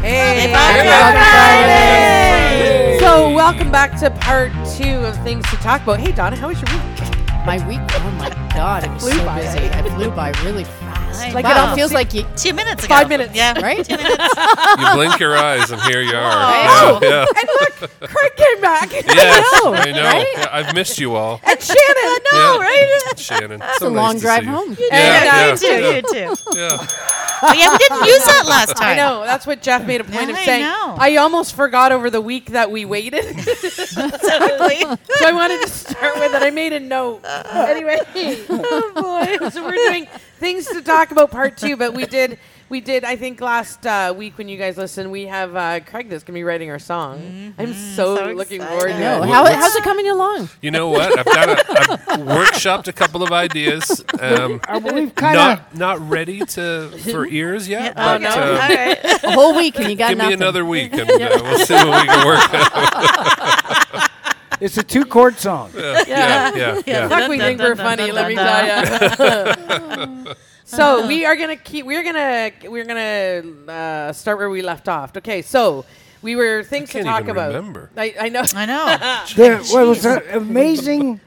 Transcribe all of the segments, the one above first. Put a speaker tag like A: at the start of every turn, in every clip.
A: Hey,
B: Happy
A: Friday! So, welcome back to part two of things to talk about. Hey, Donna, how was your week?
C: My week, oh my god, it was
A: flew
C: so
A: by.
C: busy. I flew by really fast.
B: Right.
C: Like it
B: Wow.
C: all feels like you,
B: Two minutes ago.
A: Five minutes.
B: Yeah.
C: right?
D: You blink your eyes, and here you are.
C: Wow.
D: Yeah, yeah.
A: And look, Craig came back.
D: Yes, I know. Yeah, I've missed you all.
A: And Shannon.
D: no, right? Shannon. That's
C: a long drive home.
D: Yeah,
A: Yeah,
D: yeah,
A: you too,
D: yeah,
B: You too.
D: yeah.
B: But yeah, we didn't use that last time.
A: I know. That's what Jeff made a point of
B: I
A: saying.
B: know.
A: I almost forgot over the week that we waited.
B: Totally.
A: so I wanted to start with it. I made a note. Anyway, oh boy. So we're doing things to talk about part two, but we did. We did. I think last uh, week when you guys listened, we have uh, Craig that's gonna be writing our song. I'm so,
B: Mm-hmm. so
A: looking
B: excited.
A: forward
C: I
A: to
C: know.
A: it.
D: What-
C: How,
D: what's-
C: how's it coming along?
D: You know what? I've got a, I've workshopped a couple of ideas. Um,
E: Uh, we've kind of
D: not not ready to for ears yet,
B: Oh,
D: but
B: no.
D: uh,
B: All right.
C: A whole week and you got
D: give
C: nothing.
D: me another week, and uh, we'll see what we can work out.
E: it's a two chord song.
D: Yeah, yeah, yeah.
A: Fuck, we
B: Dun,
A: think
B: dun,
A: we're
B: dun,
A: funny.
B: dun,
A: Let me
B: dun,
A: tell you. So we are gonna keep. We're gonna we're gonna uh, start where we left off. Okay, so we were things
D: can't
A: to talk
D: even
A: about.
D: remember.
A: I, I know.
B: I know.
E: There well, it was an amazing,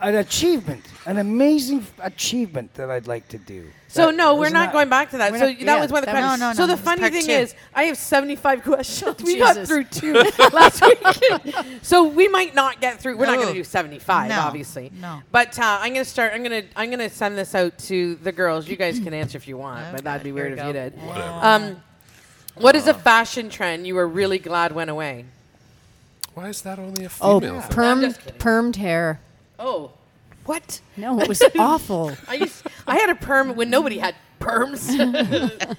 E: an achievement, an amazing achievement that I'd like to do.
A: So
E: That
A: no,
E: was
A: we're not, going back to that.
C: we're
A: So
C: not-
A: y- that
C: yeah,
A: was one of the
C: that
A: questions.
C: was-
B: No, no,
A: so
B: no,
A: the
B: this is
A: funny
B: part
A: thing
B: two.
A: is, I have seventy-five questions. we got
C: Jesus.
A: through two last week, so we might not get through. We're not going
B: No.
A: to do seventy-five,
B: No.
A: obviously.
B: No.
A: But uh, I'm going to start. I'm going to I'm going to send this out to the girls. You guys can answer if you want, but that'd be
B: Okay, here
A: weird if
B: we
A: you
B: go.
A: did. Um, what is a fashion trend you were really glad went away?
D: Why is that only a female?
C: oh,
D: thing?
A: I'm
C: permed,
A: just kidding.
C: permed hair.
A: Oh, what?
C: No, it was awful.
A: I used I had a perm when nobody had perms.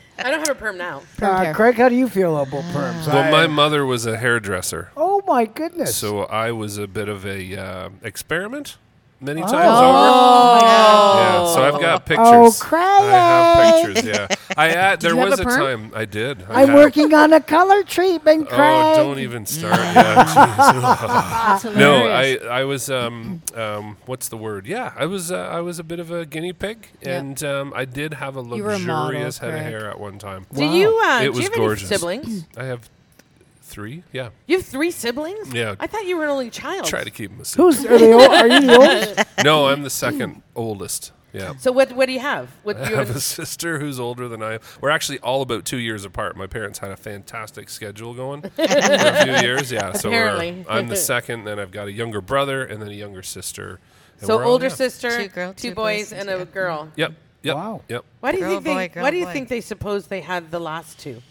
A: I don't have a perm now.
C: Permed
E: Uh,
C: hair.
E: Craig, how do you feel about perms?
D: Well,
E: I-
D: my mother was a hairdresser.
E: oh my goodness!
D: So I was a bit of a uh, experiment many times
C: Oh,
D: over. Yeah, so I've
E: Oh.
D: got pictures. I
E: cray.
D: have pictures. Yeah, I had, there
C: you have
D: was
C: a
D: a
C: perm?
D: time I did. I
E: I'm
D: had-
E: working on a color treatment, Craig.
D: Oh, don't even start. Yeah,
C: that's
D: jeez. no, I
C: hilarious.
D: I was um um what's the word? Yeah, I was uh, I was a bit of a guinea pig,
C: Yeah.
D: and um I did have a
C: were a model,
D: luxurious head of
C: Craig.
D: hair at one time.
A: Do you? Uh,
D: It
A: do
D: was
A: you have
D: gorgeous.
A: any siblings?
D: I have three. Yeah,
A: You have three siblings?
D: Yeah.
A: I thought you were an only
C: Oh.
A: child.
D: try to keep them a secret.
E: Who's are, they old, are you the oldest?
D: No, I'm the second oldest. Yeah.
A: So what? What do you have? What do
D: I
A: you
D: have a
A: have?
D: sister who's older than I am. We're actually all about two years apart. My parents had a fantastic schedule going for a few years. Yeah, so we're-
A: Apparently.
D: I'm the second, then I've got a younger brother and then a younger sister. And
A: So
D: we're all-
A: older
D: yeah.
A: sister,
B: Two girl, two
A: boys,
B: boys,
A: and a
B: yeah.
A: girl.
D: Yep. Yep.
E: Wow.
D: Yep.
A: Why do you
B: Girl,
A: think they?
B: boy, girl,
A: why do you
B: boy.
A: think they suppose they had the last two?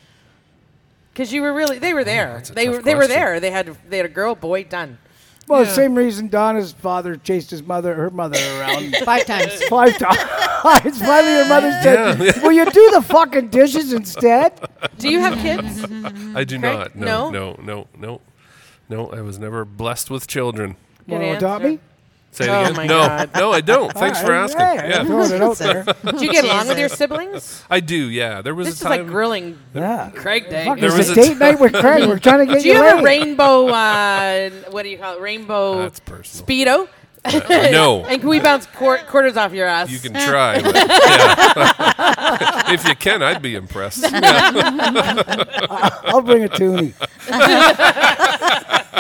A: Because you were really they were there.
D: Oh, that's a
A: they
D: tough
A: were they were
D: question.
A: there. They had they had a girl boy done.
E: Well, same reason Donna's father chased his mother, her mother around
C: Five times.
E: five times. Finally, her mother said, "Will you do the fucking dishes instead?"
A: Do you have kids?
D: I do
A: Correct?
D: not. No, no, no, no, no. I was never blessed with children.
A: Good
E: Wanna
A: answer.
E: adopt me?
D: Say it
A: Oh
D: again.
A: my
D: no,
A: God.
D: no, I don't. Thanks for
E: Alright,
D: asking.
E: hey, I'm
D: Yeah,
E: throwing it out there.
A: Do you get along with your siblings?
D: I do. Yeah, there was
A: This
D: a
A: is
D: time.
A: like grilling
E: Yeah.
A: Craig Day.
E: Fuck,
D: There
E: it's
D: was
E: a
D: a
E: date
D: time-
E: night with Craig. We're trying to get
A: Do you have a
E: laid.
A: rainbow? Uh, what do you call it? Rainbow
D: That's personal.
A: speedo.
D: no,
A: And can we bounce quar- quarters off your ass?
D: You can try. but, yeah. if you can, I'd be impressed. Yeah.
E: I'll bring a toonie.
A: right?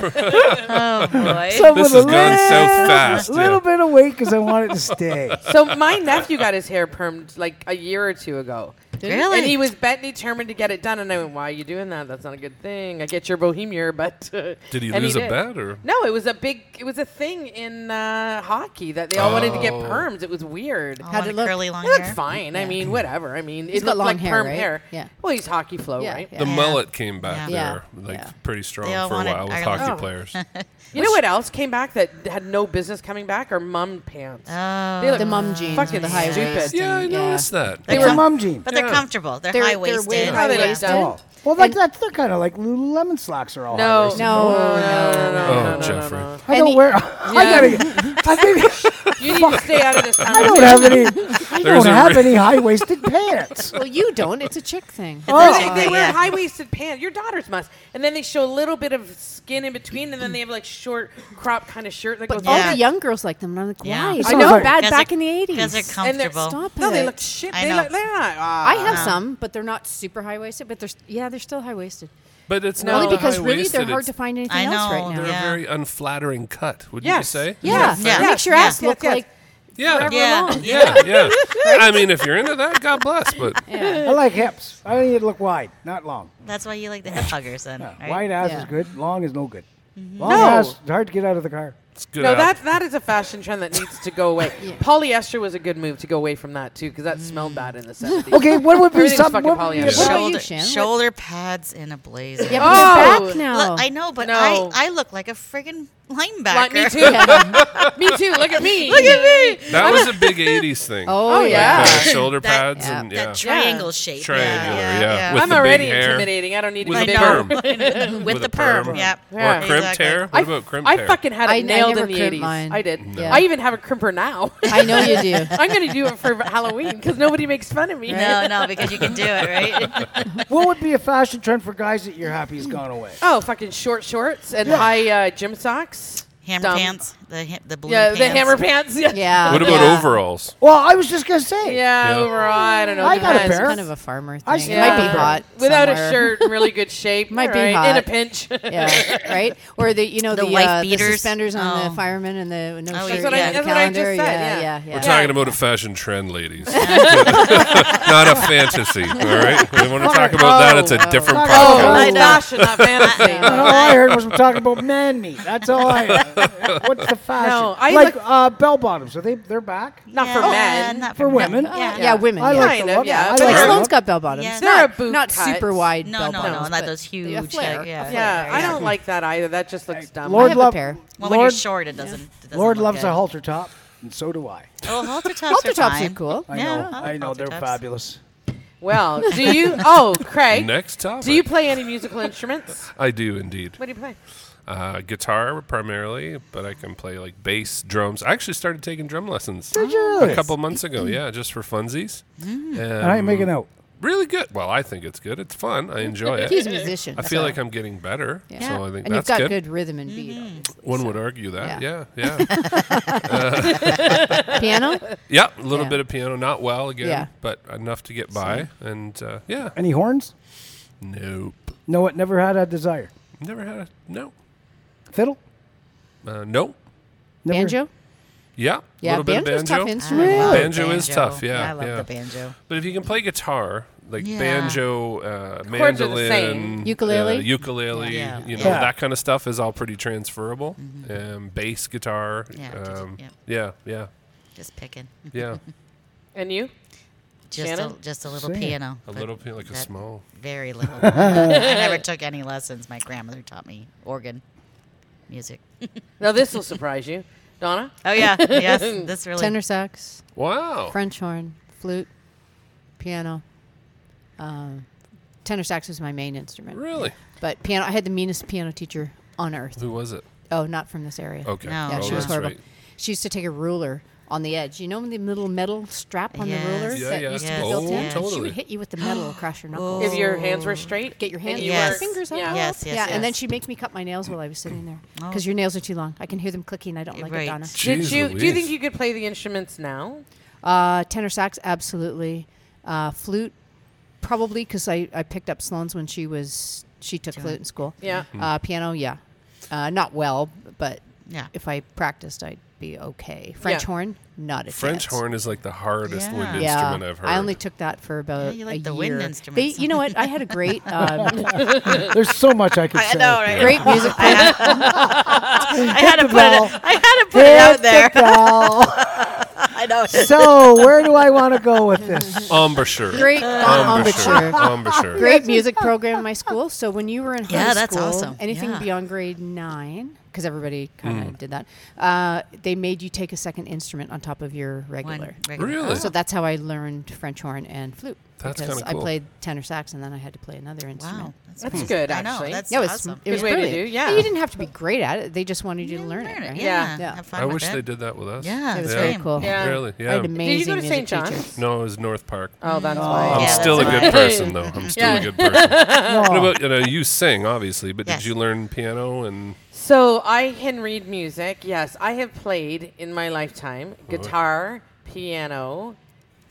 B: Oh, boy.
E: So
D: This
E: with a
D: has gone so
E: little-
D: fast, yeah.
E: Little bit of weight because I want it to stay.
A: So my nephew got his hair permed like a year or two ago.
B: Really?
A: And he was bent determined to get it done, and I went, "Why are you doing that? That's not a good thing. I get your bohemia, but." uh,
D: Did he
A: and
D: lose a
A: did.
D: bet or?
A: No, it was a big. It was a thing in uh, hockey that they all wanted to get
D: Oh.
A: perms. It was weird.
B: I
C: How'd
B: want
C: it look?
B: Curly long
A: It looked
B: hair.
A: fine. I mean, whatever. I mean, it
C: got
A: looked
C: long
A: like
C: hair,
A: perm
C: right?
A: hair.
C: Yeah.
A: Well, he's hockey flow,
C: Yeah,
A: right?
C: yeah.
D: The
B: Yeah.
D: mullet came back
C: Yeah.
D: there, like
C: Yeah.
D: pretty strong
B: They all
D: for a
B: wanted
D: while with
B: Ireland.
D: hockey
A: Oh.
D: players.
A: You know what else came back that had no business coming back? Are mum pants?
B: Oh.
A: They look
C: The mum jeans.
A: Fucking
C: with the high
A: stupid.
C: waist
D: yeah, I
C: and-
D: noticed that.
E: It's a mom jean.
B: But they're
D: Yeah.
B: comfortable. They're,
C: They're- they're
B: high waisted.
C: way
A: How they look
C: high-waisted.
A: dumb.
E: Oh. Well, like that's they're kind of like Lululemon slacks are all.
A: No,
E: high-waisted.
C: No, no, no,
D: oh,
C: no.
D: Jeffrey.
E: I don't
C: Any-
E: wear. I gotta. I think
A: You need to stay out of this.
E: I don't have any. I
D: There's
E: don't
D: a
E: have
D: re-
E: any high waisted pants.
C: Well, you don't. It's a chick thing.
A: They,
B: Oh,
A: they wear
B: yeah.
A: high waisted pants. Your daughters must. And then they show a little bit of skin in between, and then they have like short crop kind of shirt that
C: But
A: goes.
B: Yeah.
A: all
C: all the young girls like them. And I'm like, why?
B: Yeah.
C: It's
E: I
C: so
E: know.
C: bad
B: Guys
C: back
B: are-
C: in the 80s.
B: Guys are
A: And they're-
B: comfortable.
C: Stop
A: No,
C: it.
A: they look shit.
B: I
A: They
B: know.
A: look, they're not.
C: I
A: ah.
C: have some, but they're not super high waisted. But they're s- yeah, they're still high waisted.
D: But it's
A: No,
D: not
A: Only
D: the
C: because really,
D: high-waisted,
C: they're hard to
D: it's-
C: find anything
B: I
C: else
B: know,
C: right
D: They're
C: now.
B: Yeah.
D: a very unflattering cut, wouldn't you
A: Yes.
D: say?
C: Yeah,
B: Yeah.
C: it
B: Yeah.
C: makes your
B: Yeah.
C: ass look
A: Yes, yes.
C: like
D: Yeah. Yeah.
B: Yeah.
D: Yeah. yeah. I mean, if you're into that, God bless. But
E: I like hips. I need to look wide, not long.
B: That's why you like the hip huggers then.
E: Yeah,
B: right?
E: Wide ass
C: Yeah.
E: is good. Long is no good. Long
A: Mm-hmm. No.
E: ass, it's hard to get out of the car.
D: it's good.
A: No,
D: out-
A: that that is a fashion trend that needs to go away. Polyester was a good move to go away from that too, because that smelled bad in the 70s.
E: Okay, what would be
A: Everything's
E: something?
A: fucking
E: What would be,
A: polyester.
E: what
C: about you,
B: Shoulder,
C: Shan? What-
B: shoulder pads in a blazer.
C: yeah,
A: Oh.
C: but they're back now.
B: Look, I know, but
A: No.
B: I, I look like a friggin' linebacker.
A: Like me too. me too. Look at me.
B: Look at me.
D: that was a big 80s thing.
C: Oh,
A: Oh,
D: Like
A: yeah.
D: the shoulder
B: That-
D: pads
C: yeah.
D: and yeah.
B: That triangle shape.
D: Triangular,
B: Yeah.
D: yeah. With
A: I'm
D: the big
A: already
D: hair.
A: intimidating. I don't need to
D: With
A: be
D: the
A: big.
D: perm.
B: With,
D: With
B: the
D: a perm.
B: perm. Yep.
A: Yeah.
D: Or crimped
B: Exactly.
D: hair. What
A: I,
D: about crimped
A: I
D: hair?
A: fucking had it
C: I- I
A: nailed
C: never
A: in the
C: crimped
A: 80s.
C: mine.
A: I did.
C: Yeah.
A: I even have a crimper now.
C: I know you do.
A: I'm going to do it for Halloween because nobody makes fun of me.
B: No, no, because you can do it, right?
E: what would be a fashion trend for guys that you're happy has gone away?
A: Oh, fucking short shorts and high uh, gym socks.
B: Hammer
A: Dumb.
B: pants. The ha- the blue
A: Yeah,
B: pants.
A: the hammer pants. Yeah.
C: Yeah.
D: What about
C: yeah.
D: overalls?
E: Well, I was just gonna say.
A: Yeah,
D: Yeah.
A: overall, I don't know.
E: I got a
A: Depends.
E: pair.
C: Kind of a farmer
E: I
C: thing.
E: still
C: It might
E: have
C: be
E: a-
C: hot.
A: Without
C: somewhere.
A: a shirt, in really good shape.
C: Might be
A: Alright, In a
C: hot. Oh,
A: pinch.
C: Yeah, right. Or the you know
B: The
C: the,
B: wife
C: uh,
B: beaters.
C: the suspenders on
B: Oh.
C: the firemen and the no
B: Oh,
C: shirt.
B: That's what I-
C: yeah, the
A: that's what I just
C: calendar.
A: said,
C: yeah,
A: yeah.
C: yeah,
D: We're
C: yeah.
D: talking about a fashion trend, ladies. Not a fantasy, all right? We want to talk about that. It's a different
E: Fuck
D: podcast.
E: off.
A: Oh,
E: Oh,
A: fashion, not fantasy.
E: All I heard was we're talking about man meat. That's all I. Heard. What's the fashion?
A: No, I
E: like
A: look-
E: uh, bell bottoms. Are they? They're back.
A: Not for
B: Yeah,
A: men.
B: not
E: For women.
B: Yeah.
C: yeah, women.
E: I
C: yeah.
E: like
A: Kind
E: the
A: of,
E: look.
A: yeah, but
E: I like
C: Like
E: the
A: Sloan's
C: Sloan's
E: look.
C: got bell bottoms.
B: Yeah.
A: They're a
C: Not-
A: boot
C: not
A: cut.
C: super wide
B: No,
C: bell
B: no,
A: no,
C: bottoms.
B: not
C: but
B: those huge,
C: A flare.
B: like, yeah.
C: a
A: Yeah,
C: flare,
A: I don't like that either. That just looks dumb.
E: Lord
C: I have a
E: love-
C: pair.
B: Well, when you're
E: Lord,
B: short, it doesn't. It doesn't
E: Lord
B: look
E: loves
B: good.
E: a halter top, and so do I.
B: Oh, halter tops
C: Halter
B: are
C: tops are
B: fine.
C: cool.
E: I
B: Yeah,
E: know.
B: I'll-
E: I know
B: I'll
E: they're
B: do tops.
E: fabulous.
A: Well, do you? Oh, Craig.
D: Next topic.
A: Do you play any musical instruments?
D: I do indeed.
A: What do you play?
D: Uh, guitar primarily, but I can play like bass, drums. I actually started taking drum lessons
E: Did you?
D: a couple months ago. Yeah, just for funsies. Um,
E: I ain't making out.
D: Really good. Well, I think it's good. It's fun. I enjoy it.
C: He's a musician.
D: I feel
C: so-
D: like I'm getting better. So I think
C: and you've
D: that's
C: got
D: good.
C: good, rhythm and beat. obviously.
D: One would argue that. Yeah,
C: Yeah.
D: yeah.
C: Piano?
D: yeah, a little
C: Yeah.
D: bit of piano. Not well again,
C: Yeah.
D: but enough to get by. And uh, yeah.
E: Any horns?
D: Nope.
E: No, it never had a desire.
D: Never had a. No.
E: Fiddle?
D: Uh, nope.
E: Never.
C: Banjo?
D: Yeah.
C: Yeah,
D: little bit of
C: banjo's
D: banjo.
C: tough
B: I
C: instrument.
E: Really?
B: love
D: Banjo is tough, yeah,
B: I love
D: yeah.
B: the banjo.
D: But if you can play guitar, like
B: Yeah.
D: banjo, uh,
A: Chords are the same.
D: mandolin,
C: Ukulele?
D: uh, ukulele,
B: Yeah. Mm-hmm.
D: you know,
E: Yeah.
D: that kind of stuff is all pretty transferable. Um, bass guitar,
B: Yeah,
D: um,
B: yeah.
D: yeah, yeah,
B: Just picking.
D: yeah.
A: And you?
B: Just a,
A: Shannon?
B: just a little
E: Sing it.
B: piano.
D: a
B: but
D: little, bit like a
B: that-
D: small.
B: Very little. I never took any lessons. My grandmother taught me organ music.
A: Now this will surprise you, Donna.
B: Oh yeah, yes. This really.
C: Tenor sax,
D: Wow.
C: French horn, flute, piano. Um, tenor sax was my main instrument.
D: Really?
C: But piano, I had the meanest piano teacher on earth.
D: Who was it?
C: Oh, not from this area.
D: Okay.
B: No.
C: Yeah,
D: oh,
C: she was
D: that's
C: horrible.
D: right.
C: She used to take a ruler on the edge. You know the little metal strap on
B: Yes.
C: the ruler
B: Yeah,
C: that
D: yeah.
C: used to
B: Yes.
C: be built
B: Oh,
C: in? She
D: totally.
C: would hit you with the metal across your knuckles.
A: If your hands were straight,
C: Get your hands,
A: and
C: your
A: you
B: Yes.
A: were-
C: fingers up.
A: yeah.
B: Yes, yes,
C: yeah, and then
B: yes.
C: she'd make me cut my nails while I was sitting there
B: Oh.
C: because your nails are too long. I can hear them clicking. I don't like
B: Right.
C: it, Donna.
A: Did
D: Jeez
A: you? Do you
D: Louise.
A: think you could play the instruments now?
C: Uh, tenor sax, absolutely. Uh, flute, probably because I, I picked up Sloan's when she was she took flute in school.
A: Yeah.
D: Mm-hmm.
C: Uh, piano, yeah, uh, not well, but
B: Yeah.
C: if I practiced, I'd be okay. French
A: Yeah.
C: horn, not a
D: French
C: chance.
D: horn is like the hardest
B: Yeah.
D: wind
B: Yeah.
D: instrument I've heard.
C: I only took that for about
B: Yeah, you like
C: a
B: the
C: year.
B: wind
C: They,
B: instruments.
C: you know what? I had a great, um,
E: There's so much I could say.
B: right?
C: great music.
B: I had, I had to put
E: bell.
B: it. I had to put it
E: Hit
B: out there.
E: the bell.
B: I know.
E: so, where do I want to go with this?
D: Embouchure.
C: Great
D: Embouchure.
C: embouchure.
D: Embouchure.
C: Great music program in my school. So when you were in high
B: Yeah,
C: school,
B: that's awesome.
C: Anything
B: Yeah.
C: beyond grade nine, because everybody kind
D: Mm.
C: of did that. Uh, they made you take a second instrument on top of your
B: One
C: regular.
B: regular.
D: Really?
C: So that's how I learned French horn and flute.
D: That's
C: because
D: kinda
C: I
D: cool.
C: played tenor sax and then I had to play another instrument.
B: Wow,
A: That's
B: amazing.
A: good,
B: I know.
A: actually.
B: That's
C: Yeah, it was,
B: awesome.
C: it was
A: Good way to
C: brilliant.
A: do, yeah.
C: And You didn't have to be great at it. They just wanted you, to learn, it. Right?
B: Yeah.
C: Yeah.
B: Have fun
D: I
B: with
D: wish
B: it.
D: they did that with us.
B: Yeah.
C: It was
D: Yeah.
C: very cool.
A: Yeah.
D: Really?
C: I
D: Yeah.
C: had amazing
A: Did you go to St.
C: music
A: John's?
C: teachers.
D: No, it was North Park.
A: Oh, that's
D: I'm
A: why.
B: Yeah,
D: still a
B: that's
D: good
B: right.
D: person, though. I'm still a good person. What about you know? You sing, obviously, but
B: Yes.
D: did you learn piano and
A: So I can read music. Yes, I have played in my lifetime guitar, piano,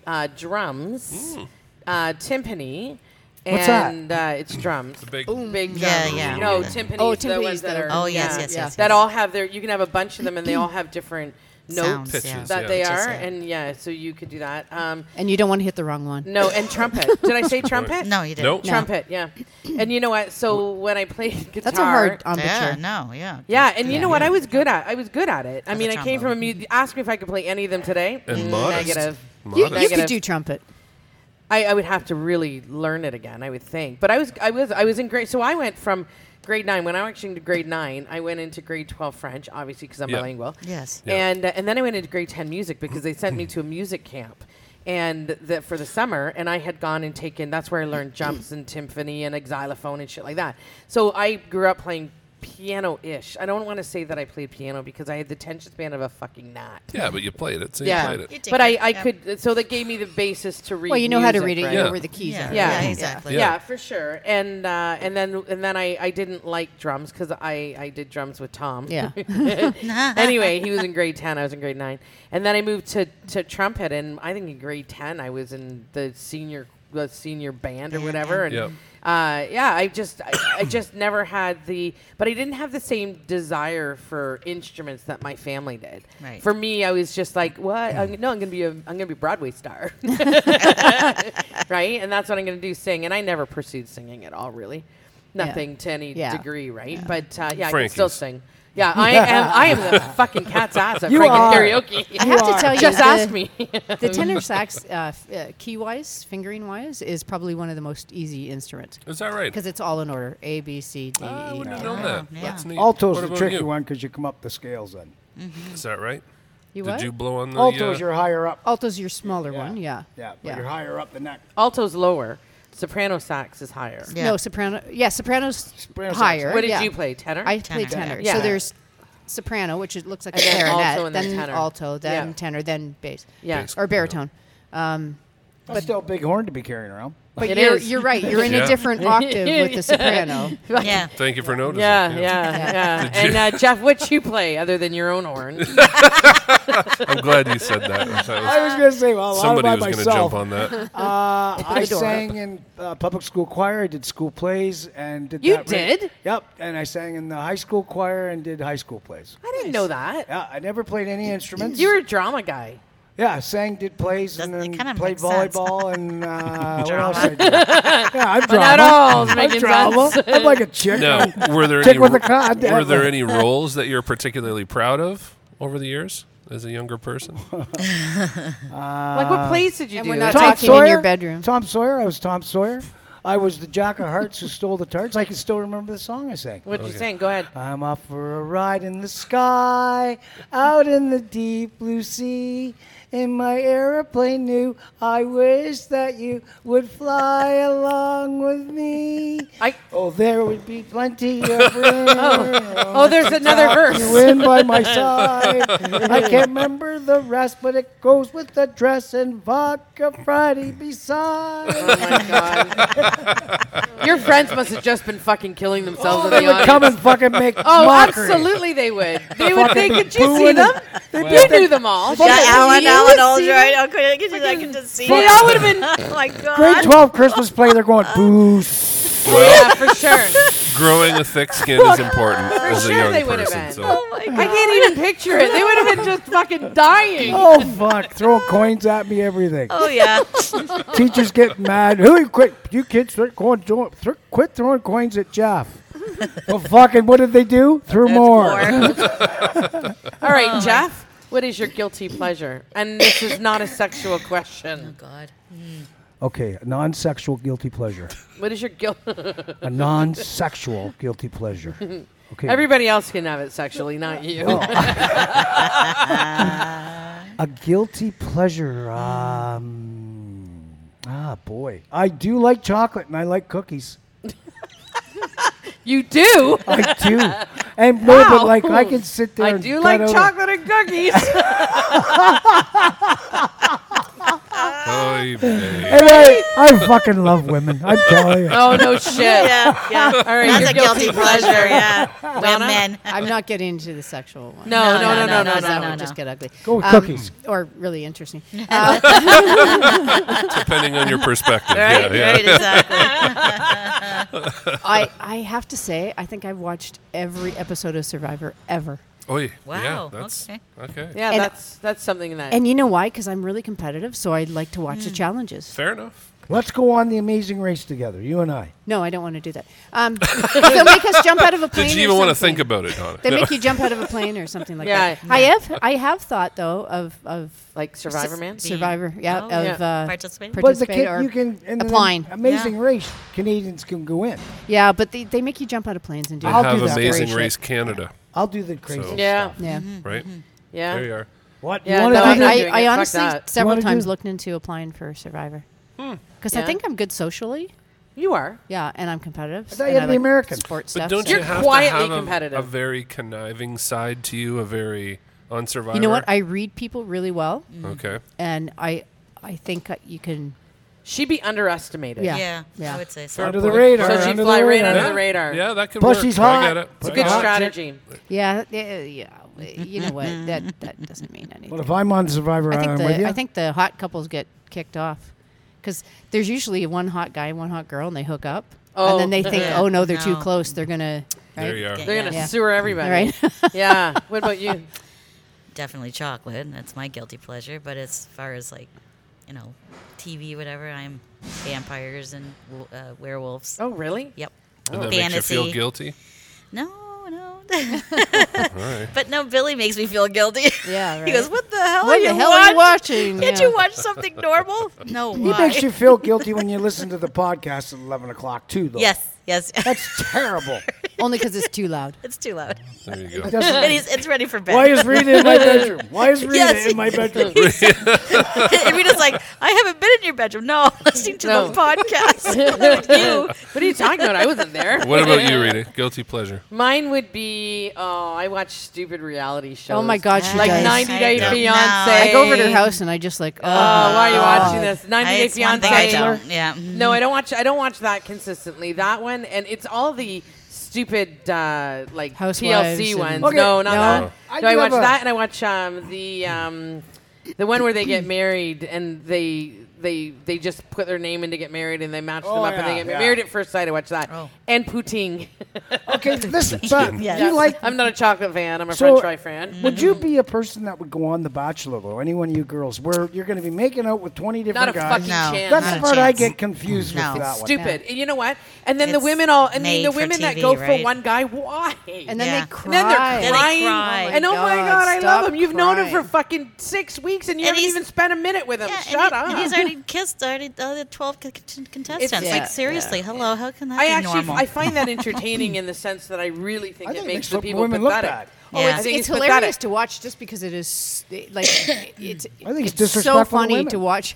A: uh, drums, uh, timpani.
E: What's that?
A: and Uh, it's drums.
D: the big?
A: Big drums.
B: Yeah, yeah.
A: No, timpani.
C: Oh,
A: the ones
C: timpanis,
A: that
C: the-
A: are.
B: oh, yes, yes, yes,
A: That
B: yes.
A: all have their. You can have a bunch of them, and they all have different
B: Sounds,
A: notes
D: yeah.
A: that
D: Yeah.
A: they
B: Pitches,
A: are.
B: yeah.
A: And yeah, so you could do that. Um,
C: And you don't want to hit the wrong one.
A: no, and trumpet. Did I say trumpet?
B: No, you didn't.
D: Nope.
C: No.
A: Trumpet, yeah. And you know what? So when I played guitar,
C: That's a hard um, embouchure.
B: Yeah, no, yeah.
A: Yeah, and you know what? I was good at. I was good at it. I
B: As a
A: mean, I came from a
B: trombone.
A: mu- Ask me if I could play any of them today.
D: And
A: Mm,
D: modest.
A: Negative.
C: You,
D: Modest.
C: you
A: Negative.
C: could do trumpet.
A: I, I would have to really learn it again. I would think. But I was I was I was in grade. So I went from grade nine. When I went into grade nine, I went into grade twelve French, obviously because I'm
D: Yeah.
A: bilingual.
B: Yes.
D: Yeah.
A: And uh, and then I went into grade ten music because they sent me to a music camp. And the, for the summer, and I had gone and taken. That's where I learned jumps and timpani and a xylophone and shit like that. So I grew up playing piano-ish. I don't want to say that I played piano because I had the tension span of a fucking gnat.
D: Yeah, but you played it. So you
A: Yeah,
D: played it.
B: You did
A: but I,
B: good,
A: I
B: yeah.
A: could. So that gave me the basis to read.
C: Well, you know how to
A: music,
C: read it.
A: right?
C: You
D: Yeah.
C: know where the keys
B: Yeah.
C: are.
A: Yeah.
B: yeah, exactly.
D: Yeah.
A: yeah. for sure. And uh, and then and then I, I didn't like drums because I, I did drums with Tom.
C: Yeah.
A: anyway, he was in grade ten. I was in grade nine, and then I moved to, to trumpet. And I think in grade ten, I was in the senior the senior band or
B: Band,
A: whatever. And
D: yeah.
A: uh, yeah, I just I, I just never had the, but I didn't have the same desire for instruments that my family did.
B: Right.
A: For me, I was just like, what? I'm, no, I'm gonna be a I'm gonna be a Broadway star. right? And that's what I'm going to do, sing. And I never pursued singing at all, really. Nothing to any
C: Yeah.
A: degree, right? But uh, yeah, I can still
D: Frankie's.
A: sing. Yeah, I am. I am the fucking cat's ass at
E: You
A: Frankie
E: are.
A: karaoke.
C: I have to tell you,
A: Just
C: the,
A: ask me.
C: the tenor sax, uh, f- uh, key wise, fingering wise, is probably one of the most easy instruments
D: Is that right?
C: because it's all in order: A, B, C, D, E.
D: I
E: Oh,
D: wouldn't have
C: F.
D: known that.
B: Yeah.
D: That's neat.
E: Alto's
D: What
E: the
D: about
E: tricky
D: you?
E: one because you come up the scales then.
D: Is that right?
C: You
D: Did
C: what?
D: you blow on the?
E: Alto's
D: uh,
E: you're higher up.
C: Alto's your smaller one, yeah.
E: Yeah, but you're higher up the neck.
A: Alto's lower. Soprano sax is higher.
B: Yeah.
C: No, soprano. Yeah, soprano's
E: Soprano sax.
C: higher.
A: What did
C: yeah.
A: you play? Tenor.
C: I played
B: Tenor.
C: tenor.
A: Yeah.
C: So there's soprano, which it looks like a
A: And then alto
C: clarinet,
A: and then
C: then
A: tenor.
C: alto, then
A: Yeah.
C: tenor, then bass.
A: yeah.
D: Bass.
C: Or baritone.
E: That's still a big horn to be carrying around.
C: But
A: It
C: you're,
A: is.
C: you're right. You're in
D: Yeah.
C: a different octave with the soprano.
B: Yeah.
D: Thank you for noticing.
A: Yeah, yeah, yeah. And uh, Jeff, what you play other than your own horn?
D: I'm glad you said that. I
E: I was going to say, well,
D: was-
E: I'm
D: Somebody
E: by
D: was going to jump
E: myself.
D: on that.
E: Uh, I
C: door.
E: sang in uh, public school choir. I did school plays and did.
A: You
E: that re-
A: did?
E: yep, and I sang in the high school choir and did high school plays.
A: I didn't know that.
E: Yeah, I never played any instruments.
A: You were a drama guy.
E: yeah, sang, did plays, and
B: Doesn't-
E: then
B: it kinda
E: played
B: makes sense.
E: volleyball and uh, what else? I did? Yeah, I'm drama.
A: Not all.
E: I'm
A: making
E: drama.
A: sense.
E: I'm like a chick.
D: Now, were there
E: Chick
D: any
E: with a cod.
D: were there any roles that you're particularly proud of over the years as a younger person?
A: Like what plays did you
C: Uh, and
A: do?
C: we're not
E: Tom
C: talking in
E: Sawyer
C: your bedroom.
E: Tom Sawyer. I was Tom Sawyer. I was the Jack of Hearts who stole the tarts. I can still remember the song I sang.
A: What you saying? Go
C: Uh,
A: ahead.
E: I'm off for a ride in the sky, out in the deep blue sea. In my aeroplane new, I wish that you would fly along with me.
A: I-
E: oh, there would be plenty of room. oh,
A: Oh, there's another verse.
E: you in by my side. I can't remember the rest, but it goes with the dress and vodka Friday beside.
A: Oh my god. Your friends must have just been fucking killing themselves
C: Oh,
A: in
E: they
A: the
E: would come
A: audience.
E: and fucking make
A: Oh,
E: mockery.
A: absolutely they would. They would
E: Fucking
A: think, did you see
E: booing
A: them? You knew them all.
B: Yeah, Alan,
A: You
B: Alan
A: see
B: Aldroyd.
A: them?
B: Oh, could I could you- I could just see
A: They
B: it.
A: all would have been,
B: Oh my god.
E: Grade 12 Christmas play, they're going, boo.
D: Well,
A: yeah, for sure.
D: growing a thick skin is important as a
A: sure
D: young
A: they would have
D: person.
A: been.
D: So
B: Oh my
A: I
B: god.
A: can't even picture it. They would have been just fucking dying.
E: Oh, fuck. Throwing coins at me, everything.
B: Oh yeah.
E: Teachers get mad. Who you quit? You kids quit, going, throw- thro- quit throwing coins at Jeff. well, fucking, what did they do? Threw more.
A: All right, Jeff, what is your guilty pleasure? And this is not a sexual question.
B: God.
E: Okay, a non sexual guilty pleasure.
A: What is your guilt?
E: A non sexual guilty pleasure. Okay.
A: Everybody else can have it sexually, not you.
E: A guilty pleasure. Um, ah, boy. I do like chocolate and I like cookies.
A: You do.
E: I do. And no,
A: Wow.
E: but like I can sit there.
A: I
E: and
A: do
E: cut
A: like
E: out a-
A: chocolate and cookies.
D: Oy vey.
E: And I, I fucking love women. I'm telling you.
A: oh no shit.
B: Yeah, yeah.
A: All right,
B: That's
A: your
B: a guilty, pleasure. Yeah, women.
C: I'm not getting into the sexual one.
A: No, no, no, no, no,
C: because
A: no,
C: that
A: no,
C: would
B: no.
C: just get ugly. Um,
E: Go with cookies.
C: Or really interesting.
D: Depending on your perspective.
B: Right,
D: yeah,
B: right,
D: yeah.
B: exactly.
C: I, I have to say, I think I've watched every episode of Survivor ever.
D: Oy, yeah,
B: Wow,
D: that's
B: okay.
D: okay.
A: Yeah,
C: And-
A: that's that's something that.
C: And you know why? Because I'm really competitive, so I like to watch the challenges.
D: Mm. Fair enough.
E: Let's go on the amazing race together, you and I.
C: No, I don't want to do that. Um, they'll make us jump out of a plane.
D: Did
C: or
D: you even want to
C: something.
D: think about it, Donna?
C: They
D: No.
C: make you jump out of a plane or something like
A: Yeah,
C: that. I have I have thought though of of
A: like Survivor Man.
C: Survivor, yeah,
B: Oh,
C: of
A: yeah.
C: Uh,
B: Participating?
C: participate
E: But the kid,
C: or
E: you can and then
C: applying.
E: Amazing
B: Yeah.
E: race. Canadians can go in.
C: Yeah, but they, they make you jump out of planes and do
D: They
E: I'll
C: that.
D: have
E: do that.
D: Amazing
C: Great
D: Race
C: shit.
D: Canada,
E: I'll do the crazy.
D: So-
A: yeah,
E: Stuff.
C: Yeah.
D: right?
A: yeah.
D: There you are.
E: What?
A: Yeah,
E: you want
A: Mm-hmm. no,
E: to
A: I-
E: do that?
A: doing
C: I,
A: it.
C: I,
A: Fuck
C: honestly
A: that. Hmm.
C: several
E: Wanna
C: times
E: do-
C: looked into applying for Survivor because I
A: Yeah.
C: think I'm good socially.
A: You are.
C: Yeah, and I'm competitive.
E: thought you
C: and I
E: had to be
C: like
E: American.
C: Sports
D: But
C: stuff.
D: don't
C: so-
A: You're
D: you have
A: quietly
D: to have a-
A: competitive.
D: A, very conniving side to you, a very on Survivor.
C: you know what? I read people really well,
D: okay.
C: and I I think I- you can.
A: She be underestimated.
C: Yeah.
B: Yeah,
C: Yeah.
B: I would say so.
E: Under the radar.
A: So she
E: under
A: fly
E: the
A: right
E: radar.
A: under the radar.
D: Yeah, that could
E: Plus
D: work.
E: she's
D: I
E: hot.
D: get it.
E: Plus
D: I
A: Good
D: get it.
A: strategy.
C: Yeah, yeah, yeah. You know what? that that doesn't mean anything.
E: But if I'm on Survivor
C: I think
E: Island with
C: the
E: you,
C: I think the hot couples get kicked off because there's usually one hot guy and one hot girl, and they hook up,
A: Oh.
C: and then they think,
B: Yeah.
C: "Oh no, they're too
B: No.
C: close. They're gonna." Right?
D: There you are.
A: They're gonna
C: Yeah.
A: sewer everybody.
C: Right.
A: yeah. What about you?
B: Definitely chocolate. That's my guilty pleasure. But as far as like, you know, TV, whatever, I'm vampires and w- uh, werewolves.
A: Oh, really?
B: Yep.
D: And that makes you feel guilty.
B: No, no.
D: All right.
B: but no, Billy makes me feel guilty.
C: Yeah,
B: he goes,
C: right.
B: "What the hell
C: What
B: are
C: the
B: you
C: hell are
B: watching?
C: you watching?
B: Can't
C: Yeah.
B: you watch something normal?" No,
E: he
B: why?
E: makes you feel guilty when you listen to the podcast at 11 o'clock, too, though.
B: yes, yes.
E: That's terrible.
C: Only because it's too loud.
B: it's too loud.
D: There you go.
E: That's-
B: And he's, it's ready for bed.
E: why is Rita in my bedroom? Why is Rita
B: Yes.
E: in my bedroom?
B: and Rita's like, I haven't been in your bedroom. No, I'm listening to
A: No.
B: the podcast. you.
A: What are you talking about? I wasn't there.
D: What about you, Rita? Guilty pleasure.
A: Mine would be oh, I watch stupid reality shows.
C: Oh my God, she
A: Like
C: does.
A: 90 Day
B: Yeah.
A: Fiance.
B: No.
C: I go over to her house and I just like, oh,
A: Oh, why are you watching this? 90
B: I,
A: Day
B: it's one
A: Fiance.
B: thing I don't. Yeah. mm-hmm.
A: No, I don't watch. I don't watch that consistently. That one, and it's all the stupid uh, like
C: Housewives
A: TLC
C: and-
A: ones.
E: Okay,
A: No, not
C: no.
A: that.
E: I
A: no, I
E: do
A: watch
E: have a-
A: that, and I watch um, the um, the one where they get married and they they they just put their name in to get married and they match
E: Oh,
A: them up and they
E: yeah,
A: get
E: yeah.
A: married at first sight. I watch that
B: Oh.
A: and poutine.
E: Okay, listen, but
B: Yes. Mm-hmm.
E: you like.
A: I'm not a chocolate fan. I'm a
E: So-
A: French fry
B: Mm.
A: fan.
E: Would you be a person that would go on The Bachelor, though? Any one of you girls, where you're going to be making out with 20 different
A: Not a
E: guys?
A: fucking
B: No.
A: chance.
E: That's
B: Not
E: the
B: a
E: part I
B: chance.
E: get confused
B: No.
E: with that
B: It's
E: one.
A: Stupid. And you know what? And then the
B: It's
A: women all. I mean,
B: made
A: the
B: for
A: women that
B: TV,
A: go for
B: right?
A: one guy. Why?
B: Yeah.
C: and then they
A: And
C: cry.
A: then they're crying.
B: Then they cry.
A: And oh my god, I love
C: stop
A: him. You've known him for
C: crying.
A: fucking six weeks and you
B: And
A: haven't
B: he's-
A: even spent a minute with him.
B: Yeah, and
A: Shut
B: he-
A: up.
B: and he's already kissed already the other 12 con- con- contestants.
A: It's-
C: Yeah,
B: like, seriously, hello, how can that
A: I
B: be
A: actually
B: normal?
A: I find that entertaining in the sense that I really think
E: I
A: it
E: think it
A: makes
E: makes
A: the
E: look-
A: people
E: women look
A: pathetic.
E: bad.
A: Oh,
B: Yeah.
A: I think it's
C: It's
A: pathetic.
C: hilarious to watch just because it is it- like it's.
E: I think it's
C: so
E: disrespectful to
C: funny
E: women.
C: to watch.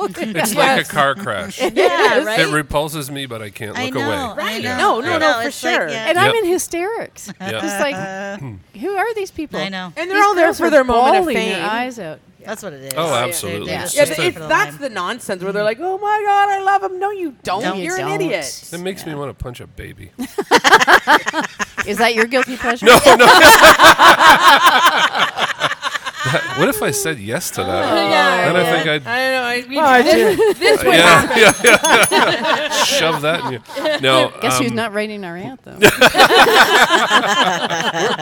D: It's like a car crash. It
B: yeah, right?
D: repulses me, but I can't
B: I
D: look
B: know.
D: away.
B: I
A: No,
B: know.
A: no,
B: I
A: no,
B: know,
A: for
B: it's like,
A: sure.
B: yeah.
C: And I'm
D: Yep.
C: in hysterics.
D: Yep.
C: Just like, who are these people?
B: I know.
A: And
C: These
A: they're all there
C: girls
A: for
C: are
A: their moment of
C: bawling
A: fame.
C: Their eyes out.
B: That's what it is.
D: Oh,
B: They're-
D: absolutely.
B: they're just
A: Yeah,
D: It's
B: there
A: th-
D: a-
A: it's,
B: for the
A: that's
B: lime.
A: the nonsense where they're like, "Oh my god, I love him." No, you don't.
C: No, you
A: You're an
C: don't.
A: idiot.
D: It makes me want to punch a baby.
C: Is that your guilty pleasure?
D: No, no. what if I said yes to that?
A: yeah,
D: Then I think I'd-
A: I don't know.
E: I
A: I, we, this, this would
D: Yeah, yeah, yeah. Shove that in you. No,
C: Guess who's
D: um,
C: not writing our anthem?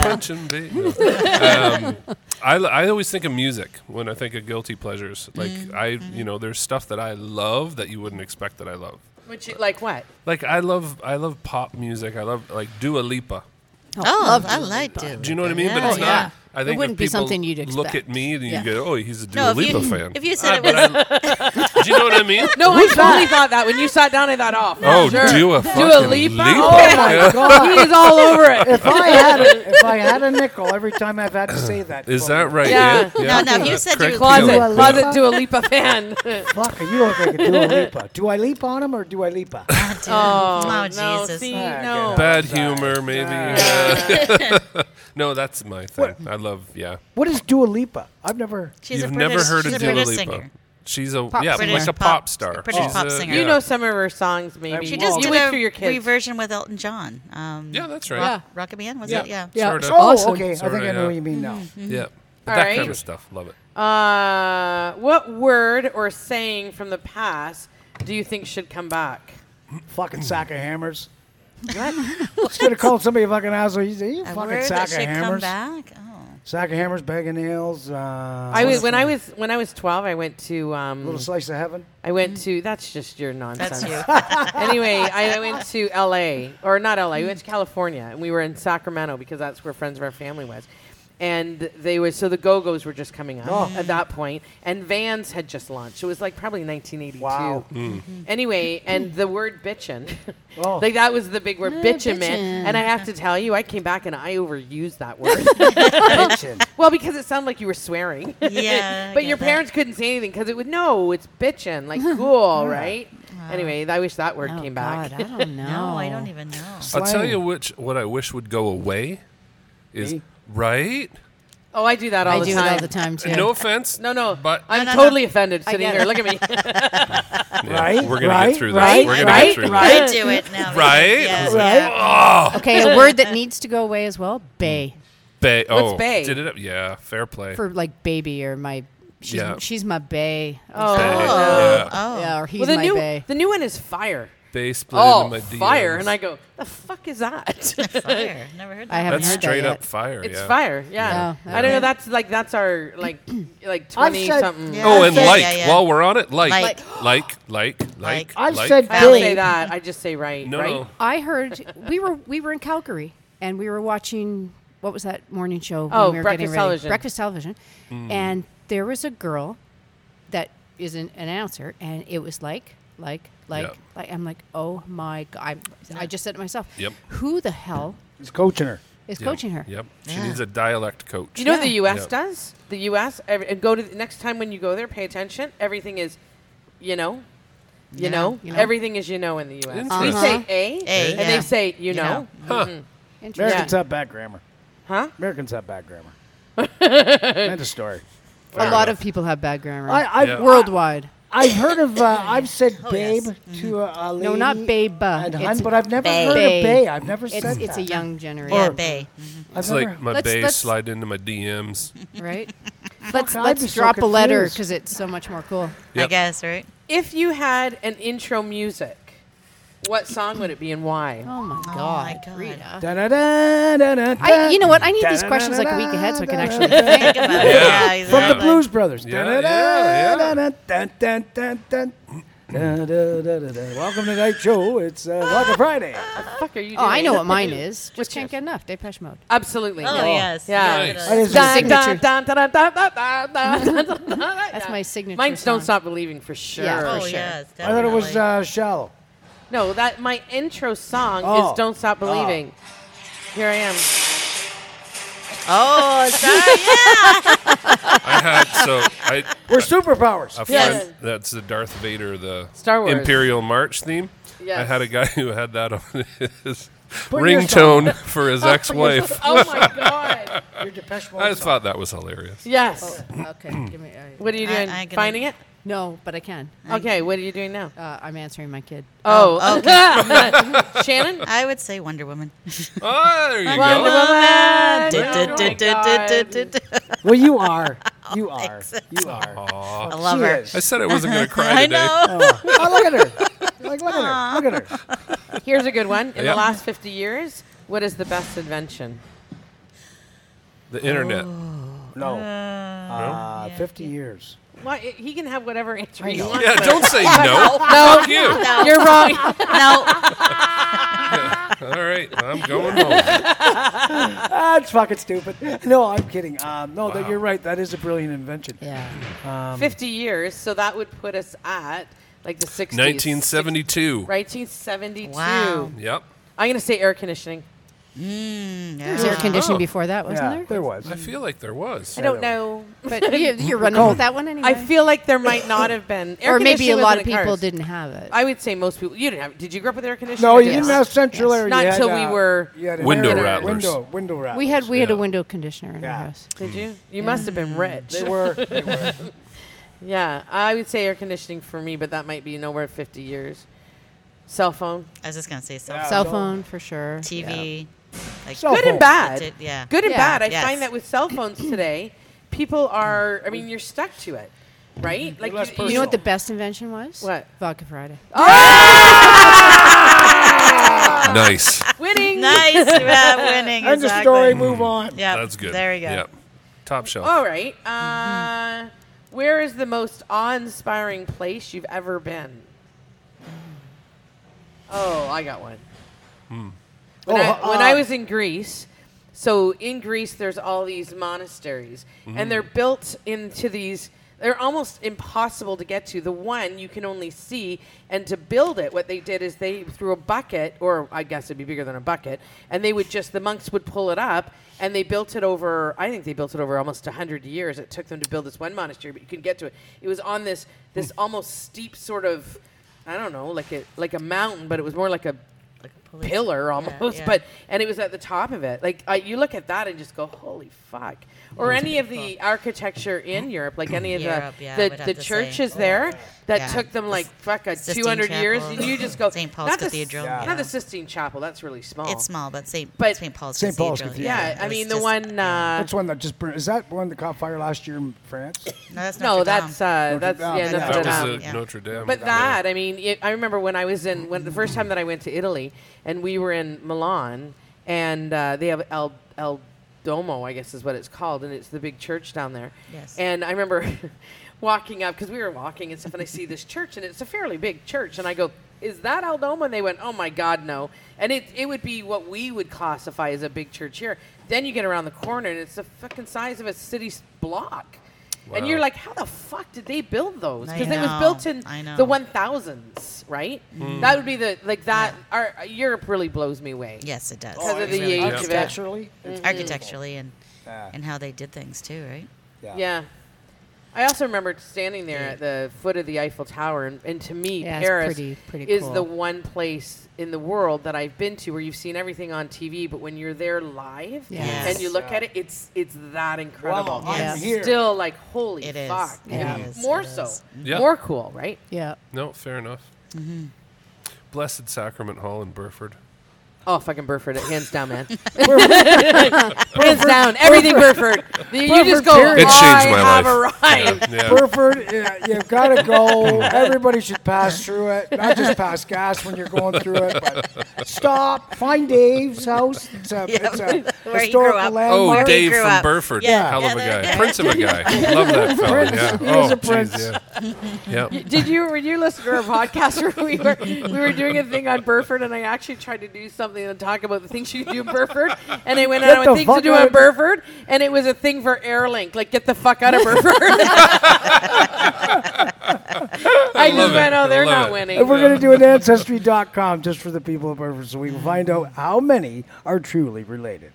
D: punching baby. um, I, I always think of music when I think of guilty pleasures. Like I, you know, there's stuff that I love that you wouldn't expect that I love.
A: Would you, like what?
D: Like I love I love pop music. I love like Dua Lipa.
B: Oh, I like to.
D: Do you know what I mean? But it's
B: Oh, Yeah.
D: not.
C: yeah.
D: I think
C: wouldn't
D: if
C: be
D: people
C: something you'd
D: Look at
C: expect.
D: me, and you
C: Yeah.
D: go, "Oh, he's a Dua
B: No, if
D: Lipa
B: you,
D: fan."
B: if you said
D: Ah,
B: it
D: but
B: was,
D: I- Do you know what I mean?
A: No, I totally thought that. When you sat down, I thought, oh, for
D: Oh,
A: sure.
D: do a fucking
A: leap.
D: leap.
A: Oh,
E: my
D: Yeah.
E: God.
A: he is all over it.
E: If I had a, if I had a nickel every time I've had to say that.
D: Is
E: fuck.
D: that right?
A: Yeah.
B: No, no, you said you
D: Correct.
B: would-
A: Closet,
E: Dua
A: closet,
E: Lipa?
A: Dua Lipa fan.
E: Fuck, you look like a Dua Lipa. Do I leap on him or do I leap up?
B: Oh, dude.
A: oh,
B: Oh,
A: no,
B: Jesus.
A: see,
E: Ah,
A: no.
E: get
D: Bad humor, maybe. yeah. no, that's my thing. I love. Yeah,
E: What is Dua Lipa? I've never.
B: She's
D: you've
B: a
D: never
B: British,
D: heard
B: she's
D: of
B: a
D: Dua
B: British
D: Lipa.
B: singer.
D: She's a
C: Pop
D: yeah, like
C: singer.
D: a
B: British
D: pop
B: pop-
D: star.
B: British
D: She's
B: pop
D: a-
B: singer.
D: yeah.
A: You know some of her songs, maybe.
B: She
E: She
B: just
E: just
A: you
B: did
A: went
B: a
A: for your kids.
B: reversion with Elton John. Um,
D: Yeah, that's right.
C: Yeah.
B: Rocket Man was it? Yeah. Mm-hmm.
C: Yeah.
D: Sort
C: It's
D: of.
E: Oh,
C: awesome.
E: okay. I
D: Sorta,
E: think I know
D: yeah.
E: what you mean now.
D: Yeah, But
A: All
D: that
A: right.
D: kind of stuff. Love it.
A: Uh, what word or saying from the past do you think should come back?
E: Fucking sack of hammers. What? Should have called somebody a fucking asshole. You, say, you
B: A
E: fucking
B: word
E: sack
B: that
E: of
B: should come
E: hammers.
B: back. Oh.
E: Sack of hammers, bag of nails. Uh,
A: I was when I was when I was twelve. I went to um,
E: little slice of heaven.
A: I went to that's just your nonsense.
B: That's you.
A: anyway, I went to L.A. or not L.A. We went to California, and we were in Sacramento because that's where friends of our family was. And they were so the Go Go's were just coming up
E: Oh.
A: at that point, and Vans had just launched. It was like probably 1982.
E: Wow. Mm-hmm.
A: Anyway, and the word bitchin,
E: Oh.
A: like that was the big word
C: Ah,
A: bitchin'
C: bitchin'.
A: man. And I have to tell you, I came back and I overused that word.
E: Bitchin'.
A: well, because it sounded like you were swearing.
B: Yeah, I
A: but your
B: get that.
A: parents couldn't say anything because it would no, it's bitchin', like cool, right? Anyway, I wish that word
C: Oh,
A: came back.
C: God, I don't know.
B: No, I don't even know.
D: I'll tell
E: Slang.
D: you which what I wish would go away is
E: Me?
D: right.
A: Oh, I do that all
C: I
A: the
C: do
A: time.
C: it all the time too.
D: No offense.
A: No, no,
D: But
A: I'm
B: No, no,
A: totally offended sitting
C: get
A: here.
C: it.
A: Look at me.
D: yeah,
E: Right,
D: We're gonna
E: right,
D: get through this.
E: right,
D: We're gonna
A: right,
D: get through
E: right.
B: I do it now.
D: this. Right.
B: Yeah.
C: Yeah.
D: Oh,
C: Okay, a word that needs to go away as well. Bay
D: bay. Oh,
A: bay?
D: did it? Yeah, fair play.
C: for like baby or my. She's,
D: Mm. Yeah.
C: she's my bay.
A: Oh,
D: bay.
B: Oh.
D: Yeah.
B: Oh.
C: Yeah, or he's
A: well, the
C: my
A: new
C: bay.
A: the new one is fire.
D: Bay split
A: Oh,
D: into my
A: fire!
D: DMs.
A: And I go, the fuck is that?
B: Fire. Never heard
C: I
B: that.
C: haven't
D: That's
C: heard
D: straight
C: that
D: up
C: yet.
D: fire.
A: it's
D: yeah.
A: fire. Yeah.
C: Yeah,
A: I don't know.
C: yeah.
A: That's like that's our like like
E: I've
A: twenty
E: said-
A: something.
B: Yeah.
D: Oh, and
B: Yeah,
D: like
B: yeah, yeah.
D: while we're on it, like,
B: Like.
D: like, like, like.
B: Like.
E: I've
D: like.
E: said
A: I don't say
E: Babe.
A: that. I just say right.
D: no,
A: right?
D: no.
C: I heard we were we were in Calgary and we were watching what was that morning show?
A: Oh,
C: we were
A: Breakfast
C: getting ready?
A: Television.
C: Breakfast television,
D: Hmm.
C: and there was a girl that is an announcer, and it was like like like
D: Yeah.
C: like I'm like oh my god! I'm, I just said to myself,
D: Yep.
C: who the hell
E: He's coaching her.
C: is
D: Yep,
C: coaching her?
D: Yep. She
B: Yeah.
D: needs a dialect coach.
A: Do you know what the U.S.
D: Yeah.
A: does? The U.S. Every, and go to the, next time when you go there, pay attention. Everything is, you know, you,
B: Yeah,
A: know?
C: you know.
A: everything is you know in the U.S. We say
D: Interesting.
A: a,
B: A,
A: and
B: yeah.
A: they say you,
B: You
A: know.
B: know.
D: Huh.
A: Mm-hmm.
C: Interesting.
E: Americans have bad grammar.
A: huh?
E: Americans have bad grammar. End of story.
D: Fair
C: A lot
D: enough.
C: of people have bad grammar
E: I, I've,
D: Yeah.
C: worldwide.
E: I've heard of. Uh, I've said babe
B: yes.
E: to a, a lady.
C: Oh, Mm-hmm. No, not babe.
E: And hun,
C: It's-
E: but I've never
B: Babe.
E: heard
C: Babe.
E: of babe. I've never said
C: It's,
E: that.
C: it's a young
B: Yeah,
C: generation,
B: Bay.
E: I've
D: It's
E: never,
D: like my
C: Let's-
D: bass
C: let's-
D: slide into my DMs.
C: right? Let's
E: I'd be
C: let's
E: so
C: drop a letter
E: confused.
C: because it's so much more cool.
B: I
D: Yep.
B: guess, right?
A: If you had an intro music, what song would it be and why?
C: Oh my god,
B: my God.
C: Rita.
E: Da-da-da, da-da-da.
C: I, you know what? I need these questions like a week ahead so I can actually
B: Think
C: think.
B: about it.
D: Yeah.
B: he's
E: From the
B: like-
E: Blues Brothers.
D: Yeah,
E: Da-da-da,
D: yeah, yeah.
E: da-da-da, da-da-da, da-da-da. Da-da-da-da-da. Welcome to Night Show. It's uh, Rocket Friday.
A: Fuck, are you?
C: Oh, I
A: doing?
C: know what mine is. Just can't get enough. Depeche Mode.
A: Absolutely.
B: Oh, yes.
A: Yeah.
B: Look at
D: Nice.
B: us.
E: That
A: Dun,
E: is a-
A: dun, dun, dun, dun, dun, dun, dun, dun, dun, dun, dun.
C: That's my signature.
A: Mine's
C: song.
A: "Don't Stop Believing" for sure.
C: Yeah, for
B: Oh,
C: sure.
B: yes.
E: I thought it was
B: definitely.
E: uh, shallow.
A: No, that my intro song
E: Oh.
A: is "Don't Stop Believing."
C: Oh.
A: Here I am.
B: Oh, sorry.
D: I had so I
E: We're superpowers.
D: a friend
A: Yes.
D: that's the Darth Vader the
A: Star Wars.
D: Imperial March theme. I
A: Yes.
D: had a guy who had that on his
E: your
D: ringtone for his ex-wife.
A: Oh my god.
E: Your Depeche Mode
D: I just
E: song.
D: thought that was hilarious.
A: Yes.
C: Okay. Give me, all right.
A: What are you
B: I-
A: doing?
B: I can-
A: Finding it?
C: No, but I can.
A: Okay. What are you doing now?
C: Uh, I'm answering my kid.
A: Oh, Shannon.
B: I would say Wonder Woman.
D: Oh, there you
A: Wonder
D: go.
A: Woman.
B: Du-
A: Oh
B: du-
A: my
B: du- du-
A: God.
B: du- du- du- du-
E: Well, you are. You are. You are.
D: Aw.
B: I love
E: She
B: her.
E: is.
D: I said I wasn't going to cry
B: I
D: today.
B: know.
E: Oh, look at her. Like, look at her. Look at her.
A: Here's a good one. In
D: Yeah.
A: the last 50 years, what is the best invention?
D: The internet.
A: Oh.
E: No. Uh, 50 years.
A: Well, it- he can have whatever answer he
E: know.
A: wants.
D: Yeah, don't say
A: No,
D: no. Fuck you.
A: you're wrong.
B: No.
D: All right, I'm going home.
E: That's fucking stupid. No, I'm kidding. Um, no, that
D: Wow.
E: you're right. That is a brilliant invention.
C: Yeah.
A: 50 years, so that would put us at like the 60s.
D: 1972.
A: 1972.
B: Wow.
D: Yep.
A: I'm going to say air conditioning.
C: There was air conditioning
D: Oh.
C: before that, wasn't
E: Yeah,
C: there?
E: there was.
D: I feel like there was.
A: I don't know, but
C: You, you're running with that one anyway.
A: I feel like there might not have been. Air
C: or maybe a
A: conditioning
C: lot
A: wasn't
C: of people
A: in cars.
C: didn't have it.
A: I would say most people. You didn't have. Did you grow up with air conditioning?
E: No,
A: or
E: you didn't have central
C: Yes.
E: air.
A: Not
E: you had,
A: till we
E: uh,
A: were-
E: you had an
D: Window
E: air-
D: rattlers.
E: Window, window rattlers.
C: we had we had a
D: Yeah.
C: window conditioner in our
E: Yeah.
C: house.
A: Did you? You must have been rich.
E: They were. They were.
C: Mm-hmm.
A: Yeah, I would say air conditioning for me, but that might be nowhere 50 years. Cell phone,
B: I was just gonna say cell
E: Yeah.
C: Cell
E: no.
C: phone for sure.
B: TV, like
E: Cell
A: good and
E: phone.
A: bad.
B: Did- yeah.
A: good and
C: Yeah.
A: bad. I
B: Yes.
A: find that with cell phones today, people are. I mean, you're stuck to it, right? Like
E: less
C: You know what the best invention was?
A: What?
C: Vodka Friday.
D: Nice.
A: winning.
B: nice Rob, winning.
E: End of
B: exactly. Mm-hmm.
E: story. Move on.
B: Yeah,
D: That's good.
B: There we go.
D: Yep. Top shelf.
A: All right. Uh, where is the most awe-inspiring place you've ever been? Oh, I got one. When, I,
E: Oh,
A: when
E: uh,
A: I was in Greece, so in Greece there's all these monasteries, and
B: Mm-hmm.
A: they're built into these. They're almost impossible to get to. The one you can only see, and to build it, what they did is they threw a bucket, or I guess it'd be bigger than a bucket, and they would just the monks would pull it up, and they built it over. I think they built it over almost hundred years. It took them to build this one monastery, but you could get to it. It was on this this
B: Hmm.
A: almost steep sort of, I don't know, like a like a mountain, but it was more like a
B: Like a police-
A: pillar
B: yeah,
A: almost,
B: yeah.
A: but and it was at the top of it. Like I, you look at that and just go, "Holy fuck!" Or any of the architecture in Europe, like any of
B: Europe,
A: the
B: yeah, I would
A: the,
B: have
A: the
B: to say.
A: churches there that
B: Yeah.
A: took them
B: The
A: like
B: S-
A: fuck a
B: Sistine
A: two hundred years,
B: Chapel.
A: and you just go,
B: St. Paul's
A: not the s-
B: Cathedral,
E: Yeah.
A: not
B: yeah.
A: the Sistine Chapel. That's really small.
B: It's small, but St.
A: But-
B: St. Paul's
E: St. Paul's
B: Cathedral.
E: Cathedral.
A: yeah,
B: it
A: I
B: was
A: mean the
B: just-
A: one.
B: yeah.
A: Uh,
E: That's one that just burned. Is that one that caught fire last year in France?
B: No, that's
A: no,
B: Notre Dame.
A: that's uh,
E: Notre
A: that's
E: Dame.
A: yeah,
E: That
A: Notre
D: that was
A: Dame.
D: at
B: Yeah.
D: Notre Dame.
A: But that, I mean, it, I remember when I was in when the first time that I went to Italy, and we were in Milan, and uh, they have El El Domo, I guess is what it's called, and it's the big church down there.
B: Yes.
A: And I remember walking up because we were walking and stuff, and I see this church, and it's a fairly big church, and I go. Is that El Domo? And they went, oh my God, no. And it, it would be what we would classify as a big church here. Then you get around the corner and it's the fucking size of a city block. And
D: Wow.
A: you're like, how the fuck did they build those?
B: I
A: Because it was
B: know,
A: built in
B: I know.
A: the one thousands, right? That would be the like that. Our Europe really blows me away.
B: Yes, it does.
A: Because
F: Oh,
A: of
E: it's
A: the
B: really
A: age
B: does.
A: of it.
E: Architecturally, it's
B: Architecturally and
E: Yeah.
B: and how they did things too, right?
E: Yeah.
A: Yeah. I also remember standing there at the foot of the Eiffel Tower, and, and to me,
C: Yeah, it's
A: Paris
C: pretty- pretty
A: is
C: cool.
A: the one place in the world that I've been to where you've seen everything on TV, but when you're there live
C: Yes.
A: and you look at it, it's it's that incredible.
E: Wow, I'm
A: It's
E: here.
A: Still, like holy
B: It is.
A: fuck,
B: It
A: yeah,
B: is.
A: more
B: It
A: so,
B: is.
D: Yeah.
A: more cool, right?
C: Yeah.
D: No, fair enough. Blessed Sacrament Hall in Burford.
A: Oh, fucking Burford, hands down, man. hands down, everything Burford. You just go.
E: Burford,
D: It changed
A: "I
D: my
A: have
D: life."
A: arrived."
D: Yeah.
E: Burford, yeah, you've got to go. Everybody should pass through it. Not just pass gas when you're going through it, but stop. Find Dave's house. It's a, it's
B: Where you
E: a
B: grew
E: historical
B: up.
D: Oh,
B: Where
E: landmark.
B: he
D: Dave
B: grew
D: from
B: up.
D: Burford.
B: Yeah.
D: Hell of a
B: Yeah,
D: guy.
B: that-
D: Prince of a guy. Love that fella.
E: Prince.
D: Yeah.
E: He
D: oh,
E: is a
D: jeez,
E: prince.
D: yeah. Yeah.
A: Did you were you listening to a podcast where we were we were doing a thing on Burford and I actually tried to do something and talk about the things you do in Burford and I went out
E: Get the
A: on things to
E: fuck
A: do
E: out
A: in
E: of-
A: Burford and it was a thing for Airlink like get the fuck out of Burford. I,
D: love
A: just
D: it.
A: went oh
D: I
A: they're
D: love
A: not
D: it.
E: And
A: winning.
E: we're going to do an Ancestry.com just for the people of Burford so we can find out how many are truly related.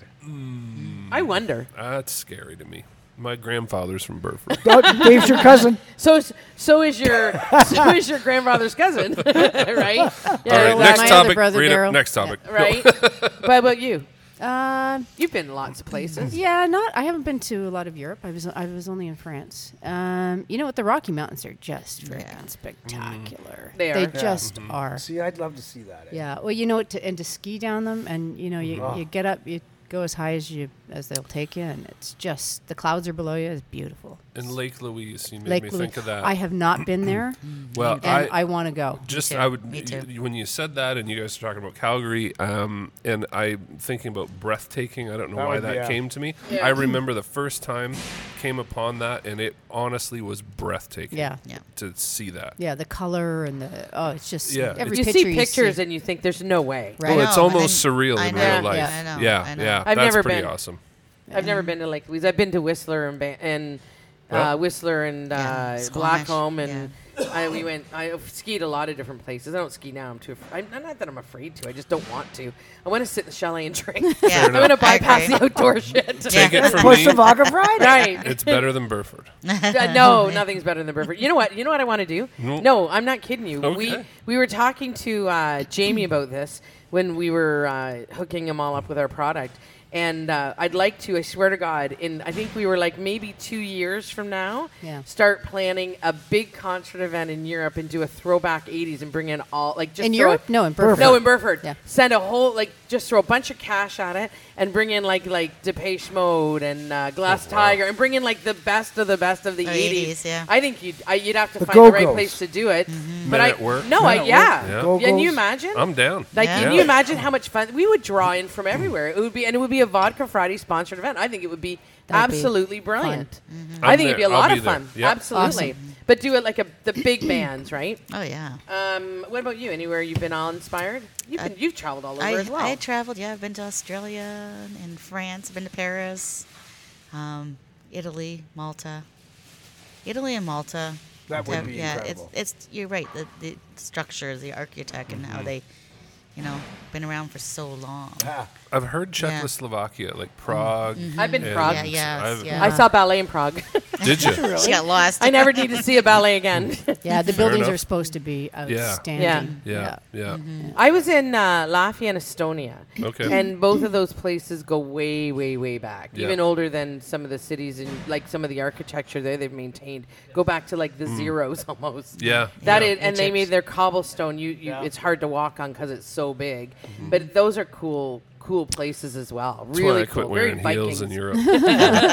A: I wonder.
D: That's scary to me. My grandfather's from Burford.
E: Oh, Dave's your cousin.
A: So is- so is your so is your grandfather's cousin, right? Yeah,
D: All right,
C: well,
D: next
C: my other
D: topic.
C: brother,
D: Rita,
C: Daryl.
D: next topic.
A: right. what about you?
C: Um,
A: You've been lots of places.
C: yeah. Not. I haven't been to a lot of Europe. I was. I was only in France. Um, you know what? The Rocky Mountains are just freaking spectacular.
A: Mm. They are.
C: They just
D: Mm-hmm.
C: are.
E: See, I'd love to see that. eh?
D: Mm-hmm.
C: Yeah. Well, you know, to, and to ski down them, and you know, you, you get up, you go as high as you as they'll take you, and it's just the clouds are below you. It's beautiful.
D: And Lake Louise, you made me
C: Louise.
D: think of that.
C: I have not been there,
D: well,
C: and I, want to go.
D: just
B: too.
D: I would
B: Me too.
D: y- when you said that, and you guys are talking about Calgary, um, and I'm thinking about breathtaking. I don't know
F: That
D: why
F: would be-
D: that
F: yeah.
D: came to me.
A: Yeah.
D: I remember the first time came upon that, and it honestly was breathtaking.
C: Yeah.
B: Yeah.
D: to see that.
C: Yeah, the color and the oh, it's just
D: Yeah,
B: Mm-hmm.
C: every
A: you
C: picture
A: see
C: you
A: pictures and you think there's no way.
C: right?
D: Well, Oh, it's
B: know, and
D: almost
B: then-
D: surreal
B: I
D: in
B: know,
D: real
B: yeah,
D: life.
B: I know,
D: yeah,
B: I know.
D: yeah.
A: I've
D: that's
A: never
D: pretty
A: been.
D: awesome.
A: I've never been to Lake Louise. I've been to Whistler and ba- and
D: Yeah.
A: uh, Whistler and uh,
B: Yeah, Squamish,
A: Blackcomb, and I, we went. I skied a lot of different places. I don't ski now. I'm too. Af- I'm I'm not that I'm afraid to. I just don't want to. I want to sit in the chalet and drink.
B: Yeah.
A: I'm gonna
B: enough. I
A: bypass
B: agree.
A: the outdoor shit.
D: Take it from
E: Push
D: me.
E: the Vodka Friday.
A: Right.
D: It's better than Burford.
A: Uh, no, nothing's better than Burford. You know what? You know what I want to do? No, I'm not kidding you. We
D: Okay.
A: we were talking to uh, Jamie about this when we were uh, hooking him all up with our product, and uh, I'd like to. I swear to God, in I think we were like maybe two years from now,
C: Yeah.
A: start planning a big concert event in Europe and do a throwback '80s and bring in all like just
C: In
A: throw
C: Europe?
A: it-
C: No, in Burford.
A: No, in Burford.
C: Yeah.
A: Send a whole like just throw a bunch of cash at it and bring in like like Depeche Mode and uh, Glass
D: Oh,
A: Tiger and bring in like the best of the best of the
B: The
A: 80s.
B: 80s, yeah.
A: I think you'd I, you'd have to
E: The
A: find the right
E: Go-Go's.
A: place to do it.
C: Mm-hmm.
A: But
D: Men
A: I
D: at Work.
A: no,
E: Men
A: I
E: at Work.
A: yeah.
D: Yeah.
A: Can you
E: Go-Go's.
A: imagine?
D: I'm down.
A: like,
B: Yeah.
A: can you imagine how much fun we would draw in from everywhere? It would be, and it would be a Vodka Friday sponsored event. I think it would be
C: That'd be Mm-hmm.
A: absolutely brilliant. I
D: I'm
A: think it'd be a
D: there. I'll
A: lot
D: be
A: of
D: there.
A: fun.
D: Yep.
A: Absolutely, but do it like a the big bands, right?
B: Oh yeah.
A: Um, what about you? Anywhere you've been all inspired? You've
B: I-
A: been, you've traveled all over
B: I,
A: as well.
B: I traveled. Yeah, I've been to Australia and France. I've been to Paris, um, Italy, Malta. Italy and Malta.
F: That would
B: Have-
F: be
B: yeah,
F: incredible.
B: it's it's you're right. The, the structure, the architect, and
D: Mm-hmm.
B: how they, you know, been around for so long.
F: Ah,
D: I've heard Czechoslovakia, like Prague.
A: I've been to
D: and-
A: Prague.
B: Mm-hmm. Yeah, yes,
D: I've-
B: yeah.
A: I saw ballet in Prague.
D: Did you?
B: She got lost.
A: I never need to see a ballet again.
C: Yeah, the buildings
D: enough.
C: are supposed to be outstanding.
D: Yeah, yeah.
B: Mm-hmm.
A: I was in uh, Latvia and Estonia.
D: Okay.
A: And both of those places go way, way, way back.
D: Yeah.
A: Even older than some of the cities and like some of the architecture there they've maintained. Go back to like the zeros almost.
D: Mm. Yeah,
A: That
D: yeah.
A: is, and they made their cobblestone. You, you it's hard to walk on because it's so big. But those are cool, cool places as well.
D: Mm-hmm. That's
A: really
D: why I quit
A: cool.
D: wearing
A: Very Vikings.
D: heels in Europe.
A: No,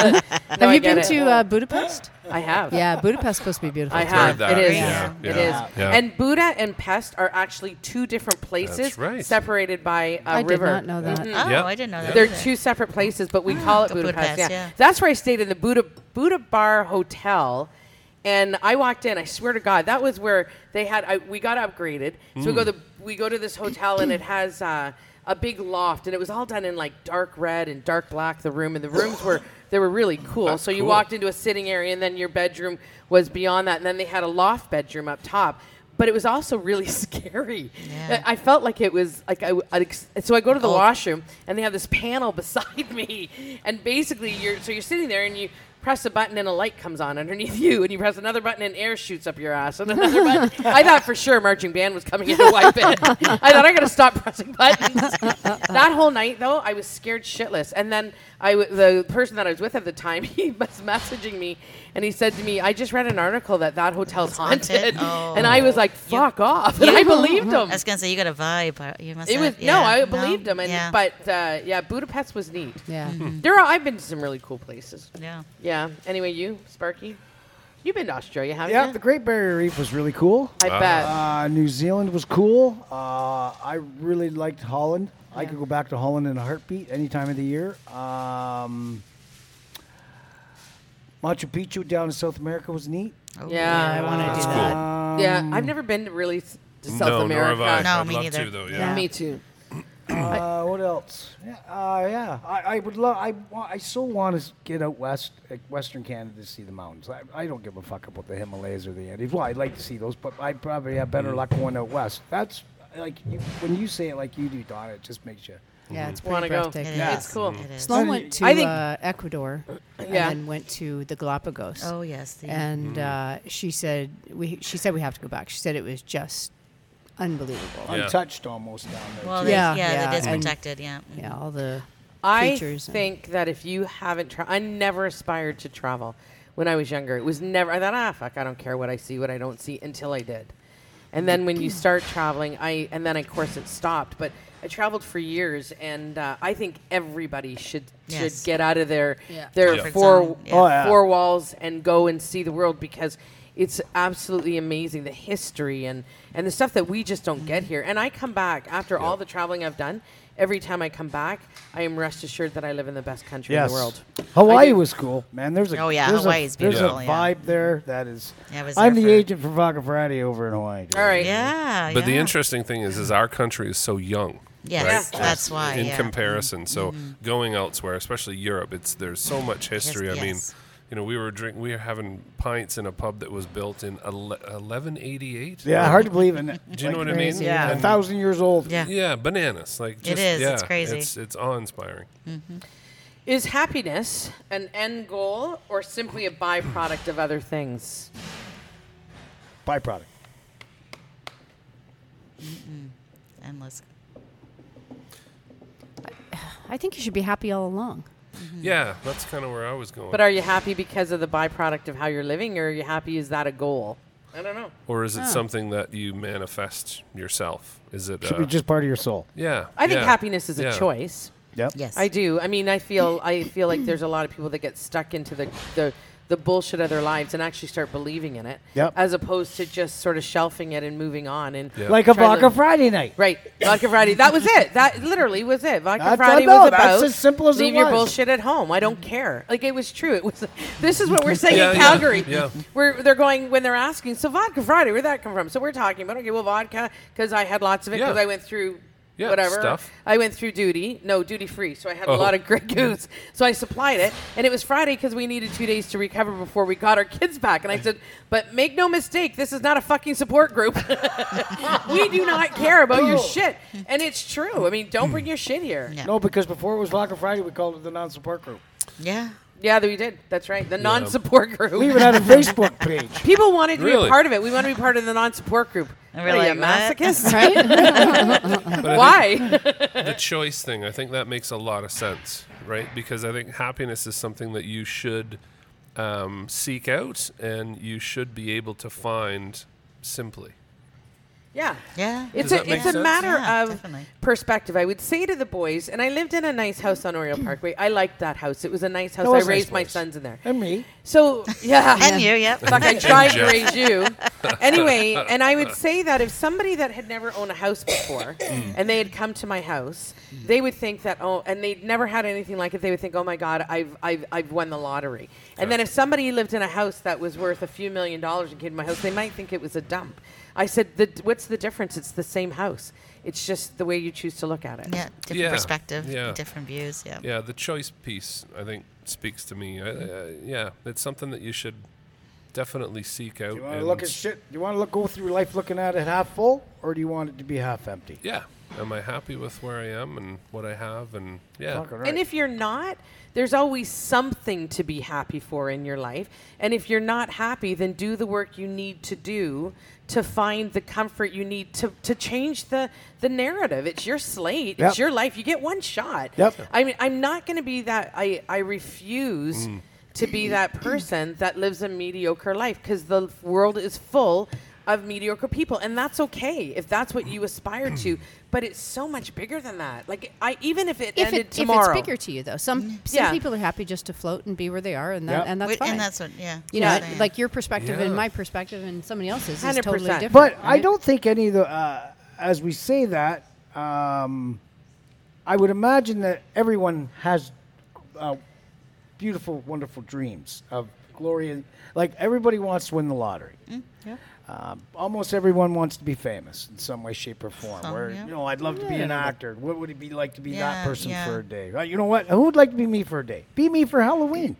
C: Have
A: I
C: you
A: get
C: been
A: it.
C: to uh, Budapest?
A: I have.
C: yeah, Budapest's supposed to be beautiful.
A: I
C: too.
A: have.
D: that,
A: It is.
D: yeah,
A: It is.
D: yeah, yeah.
A: And Buddha and Pest are actually two different places
D: That's right.
A: separated by a
C: I
A: river.
C: did not know that.
B: Oh,
D: Yeah.
B: I didn't know that.
A: They're
B: either.
A: two separate places, but we call it
B: the
A: Budapest.
B: Budapest,
A: yeah.
B: yeah.
A: that's where I stayed in the Buddha Buddha Bar Hotel, and I walked in. I swear to God, that was where they had. I, we got upgraded, so we go to
D: Mm.
A: we go to this hotel, and it has uh, a big loft, and it was all done in like dark red and dark black. The room and the rooms were they were really cool.
D: That's
A: so you
D: cool.
A: walked into a sitting area, and then your bedroom was beyond that, and then they had a loft bedroom up top. But it was also really scary.
B: Yeah.
A: I I felt like it was like I, I'd ex- so I go to the
B: Oh.
A: washroom and they have this panel beside me, and basically you're so you're sitting there and you press a button and a light comes on underneath you, and you press another button and air shoots up your ass, and another button. I thought for sure marching band was coming in to wipe it. I thought I gotta stop pressing buttons. that whole night though, I was scared shitless, and then I w- the person that I was with at the time he was messaging me, and he said to me, "I just read an article that that hotel's haunted,"
B: haunted? Oh.
A: and I was like, "Fuck off," and I believed him.
B: I was gonna say you got a vibe. uh, You must.
A: It was
B: have,
A: no, I
B: yeah,
A: believed him, and
B: yeah,
A: but uh, yeah, Budapest was neat.
C: Yeah.
A: There, are, I've been to some really cool places.
B: yeah.
A: Yeah. Anyway, you, Sparky, you've been to Australia, haven't
F: Yeah,
A: you?
F: the Great Barrier Reef was really cool.
A: I bet.
F: Uh, New Zealand was cool. Uh, I really liked Holland. I could go back to Holland in a heartbeat any time of the year. Um, Machu Picchu down in South America was neat.
B: Oh,
A: yeah, I wanna
C: That's
D: That's
C: do
D: cool.
C: that.
F: Um,
A: yeah, I've never been really s- to South
D: no, nor
A: America.
D: have I.
B: No,
D: I'd
B: me
D: love
B: neither.
D: to, though.
A: Yeah.
D: Yeah.
A: Me too.
F: Uh, what else? Yeah, uh, yeah. I, I would love. I wa- I so want to get out west, like Western Canada, to see the mountains. I, I don't give a fuck about the Himalayas or the Andes. Well, I'd like to see those, but I probably have better luck going out west. That's like you, when you say it like you do, Donna. It just makes you.
C: Yeah, it's
A: Want
C: pretty
A: to go?
C: breathtaking.
B: Yeah.
A: It's cool.
B: It is.
C: Sloan went to
A: I think-
C: uh, Ecuador
A: Yeah. Mm.
C: and then went to the Galapagos.
B: Oh yes. The,
C: And uh, she said we she said we have to go back. She said it was just unbelievable.
D: Yeah.
F: untouched almost down there.
B: well,
F: too.
B: they-
C: Yeah,
B: yeah,
C: yeah,
B: yeah, it is
C: and-
B: protected. Yeah.
C: Yeah, all the
A: I
C: features and-
A: think that if you haven't traveled, I never aspired to travel when I was younger. It was never, I thought, ah, fuck, I don't care what I see, what I don't see, until I did. And then when you start traveling, I, and then of course it stopped, but I traveled for years, and uh, I think everybody should
B: Yes.
A: should get out of their
C: Yeah.
A: their
B: Comfort
A: four
B: zone, yeah. Oh,
E: yeah.
A: four walls and go and see the world because it's absolutely amazing the history and and the stuff that we just don't get here. And I come back after all the traveling I've done. Every time I come back, I am rest assured that I live in the best country in the world. I
E: Hawaii
A: do.
E: was cool, man. There's a
B: Oh, yeah,
E: there's
B: Hawaii is
E: a, there's a
B: beautiful, yeah.
E: vibe there that is.
B: Yeah, I was
E: I'm
B: there
E: the
B: for-
E: agent for Vodka Friday over in Hawaii. dude.
A: All right.
B: Yeah.
D: But the
B: yeah.
D: interesting thing is, is our country is so young.
B: Yes,
D: right?
B: that's why.
D: In
B: yeah. Mm-hmm.
D: comparison, so going elsewhere, especially Europe, it's there's so much history. I mean,
B: yes.
D: you know, we were drink, we were having pints in a pub that was built in ele- 1188.
E: Yeah, hard to believe in it.
D: Do you know what I mean?
C: crazy,
E: Yeah,
D: Yeah.
E: a thousand years old.
B: yeah.
D: Yeah, bananas. Like just,
B: is,
D: Yeah,
B: it's crazy. Mm-hmm.
D: It's, it's awe-inspiring.
A: Is happiness an end goal or simply a byproduct of other things?
E: Byproduct.
B: Endless.
C: I think you should be happy all along.
D: Yeah, that's kind of where I was going.
A: But are you happy because of the byproduct of how you're living, or are you happy? Is that a goal? I don't know.
D: or is it something that you manifest yourself? Is it?
E: Should
D: Uh,
E: be just part of your soul.
D: yeah.
A: I think
D: yeah,
A: happiness is a
D: yeah.
A: choice.
E: Yep.
B: Yes.
A: I do. I mean, I feel I feel like there's a lot of people that get stuck into the the, the bullshit of their lives and actually start believing in it,
E: Yep.
A: as opposed to just sort of shelving it and moving on. And
D: Yeah.
E: Like a
A: Try to
E: Vodka
A: live-
E: Friday night.
A: Right, Vodka Friday. That was it. That literally was it. Vodka
E: That's-
A: Friday
E: no,
A: was
E: that's
A: about
E: as simple as it
A: leave your
E: was.
A: bullshit at home. I don't care. Like it was true. It was. This is what we're saying
D: Yeah,
A: in
D: yeah,
A: Calgary.
D: yeah.
A: Where they're going when they're asking. So Vodka Friday, where'd that come from? So we're talking about okay, well vodka because I had lots of it because
D: Yeah.
A: I went through.
D: Yeah,
A: whatever
D: stuff.
A: I went through duty, no duty free, so I had a
D: Oh.
A: lot of Grey Goose, so I supplied it, and it was Friday because we needed two days to recover before we got our kids back, and I said, but make no mistake, this is not a fucking support group. we do not care about your shit. And it's true. I mean, don't bring your shit here.
B: Yeah.
E: No, because before it was Vodka Friday, we called it the non-support group.
B: Yeah.
A: Yeah, that we did. That's right. The non support group.
E: We even had a Facebook page.
A: People wanted to be
D: Really?
A: a part of it. We want to be part of the non support group.
B: And we're
A: Are you a
B: like, what?
A: masochist?
C: Right?
D: But I think-
A: Why?
D: the choice thing, I think that makes a lot of sense, right? Because I think happiness is something that you should um, seek out and you should be able to find simply.
A: yeah.
B: Yeah.
A: It's
D: Does
A: a,
D: that make
A: it's a
D: sense?
A: matter
B: Yeah,
A: of
B: definitely.
A: perspective. I would say to the boys, and I lived in a nice house on Oriel Parkway. I liked that house. It was a nice house.
E: was
A: I
E: nice
A: raised my
E: place.
A: sons in there.
E: And me.
A: So, yeah.
B: And you, yep.
A: Fuck, I tried to
D: Jeff.
A: raise you. Anyway, and I would say that if somebody that had never owned a house before and they had come to my house, they would think that oh, and they'd never had anything like it. They would think, oh my god, I've I've I've won the lottery. And then if somebody lived in a house that was worth a few million dollars and came to my house, they might think it was a dump. I said, the, what's the difference? It's the same house. It's just the way you choose to look at it.
B: Yeah. Different
D: Yeah.
B: perspective.
D: Yeah.
B: Different views. Yeah.
D: Yeah, the choice piece, I think, speaks to me. I, uh, yeah, it's something that you should definitely seek out.
E: You want to
D: and
E: look at
D: s-
E: shit? You want to look go through life looking at it half full, or do you want it to be half empty?
D: Yeah. Am I happy with where I am and what I have? And yeah.
E: Fucking right.
A: And if you're not, there's always something to be happy for in your life. And if you're not happy, then do the work you need to do to find the comfort you need to, to change the, the narrative. It's your slate,
E: Yep.
A: it's your life. You get one shot.
E: Yep.
A: I mean, I'm not going to be that, I, I refuse.
E: Mm.
A: To be that person that lives a mediocre life because the world is full of mediocre people and that's okay if that's what you aspire to but it's so much bigger than that like i even if it
C: if,
A: ended
C: it, if it's
A: tomorrow
C: bigger to you, though, some some
A: Yeah.
C: people are happy just to float and be where they are, and that,
E: Yeah.
C: and that's
B: Wait,
C: fine.
B: Mm-hmm. and that's what. Yeah.
C: you
A: Yeah.
C: know, like your perspective and
D: Yeah.
C: my perspective and somebody else's is
A: 100%.
C: totally different.
E: But I
C: right?
E: don't think any of the, uh, as we say that, um, I would imagine that everyone has uh, beautiful, wonderful dreams of glory. And, like everybody wants to win the lottery.
A: Mm-hmm.
E: Um, almost everyone wants to be famous in some way, shape, or form.
B: Some,
E: Where
B: yeah.
E: you know, I'd love to be an actor. What would it be like to be
B: Yeah,
E: that person
B: yeah.
E: for a day? Right, you know what? Who would like to be me for a day? Be me for Halloween.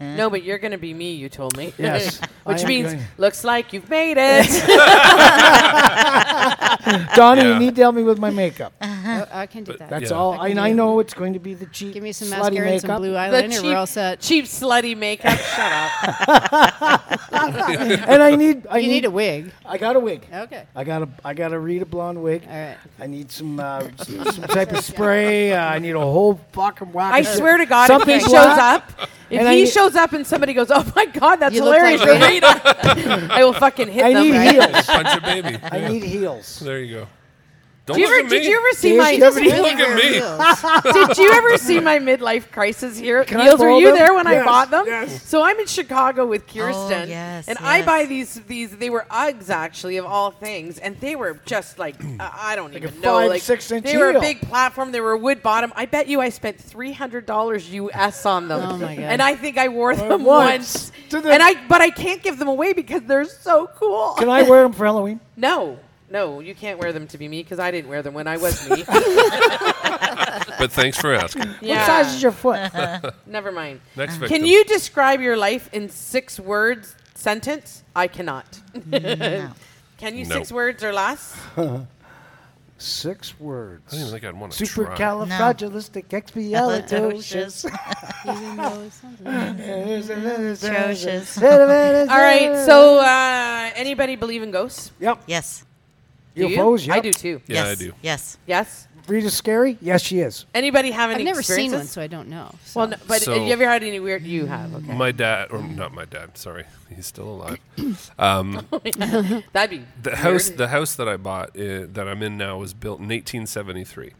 A: No, but you're going to be me, you told me.
E: Yes, I
A: Which
E: am
A: means,
E: going-
A: looks like you've made it.
E: Donnie,
D: Yeah.
E: you need to help me with my makeup.
C: Oh, I can do that.
E: That's
D: Yeah.
E: all.
C: I
E: I,
C: can
E: I
C: do-
E: know it's going to be the cheap,
C: Give me some
E: slutty
C: mascara and
E: makeup.
C: some blue
A: The
C: eyeliner.
A: cheap,
C: We're all set.
A: cheap, slutty makeup. Shut up.
E: and I need. I
C: you need a wig.
E: I got a wig.
C: Okay.
E: I got a. I got a Rita Blonde wig.
C: All right.
E: I need some uh, s- some type of spray. Uh, I need a whole fucking whack.
A: I
E: of shit.
A: swear to God, if
E: Something
A: he shows
E: black.
A: up, if
E: And I
A: he
E: need-
A: shows up and somebody goes, oh my God, that's
C: You look
A: hilarious,
C: like
A: Rita," I will fucking hit
E: I
A: them.
E: need
A: right?
E: heels.
D: Punch a baby.
E: I need heels.
D: There you go. Don't
A: Do you
D: look
A: ever,
D: at me.
A: did you ever see
E: Dave,
A: my?
E: do you have any-
A: Did
D: Look at me.
A: you ever see my midlife crisis here?
E: I
A: Niels, were
E: borrow
A: you
E: them?
A: there when I
E: Yes,
A: bought them?
E: yes.
A: So I'm in Chicago with
C: Oh,
A: Kirsten,
B: yes,
A: and I
B: yes.
A: buy these. These they were Uggs actually of all things, and they were just like uh, I don't even know,
E: five,
A: like
E: six inch
A: they were a
E: heel.
A: big platform. They were wood bottom. I bet you I spent three hundred dollars US on them.
C: Oh, my God.
A: And I think I wore them
E: once.
A: once.
E: To the-
A: and I but I can't give them away because they're so cool.
E: Can I wear them for Halloween?
A: No, no, you can't wear them to be me because I didn't wear them when I was me.
D: But thanks for asking.
A: Yeah.
E: What size is your foot?
A: Never mind.
D: Next victim.
A: Can you describe your life in six words sentence? I cannot. Can you
D: No.
A: six words or less?
E: Six words.
D: I don't even think I'd want to try.
B: Atrocious.
E: Supercalifragilisticexpialidocious.
B: Atrocious.
A: All right. So, uh, anybody believe in ghosts?
E: Yep.
B: Yes.
A: Do you?
E: UFOs, yep.
A: I do too.
D: Yeah,
B: yes.
D: I do.
B: Yes.
A: Yes.
E: Rita's scary? Yes, she is.
A: Anybody have any
C: I've never seen one,
A: experiences?
C: so I don't know. So.
A: Well, no, but
D: So-
A: have you ever had any weird? You have. Okay.
D: My dad, or not my dad. Sorry, he's still alive.
A: That'd be
D: The
A: weird.
D: house, the house that I bought uh, that I'm in now was built in 1873,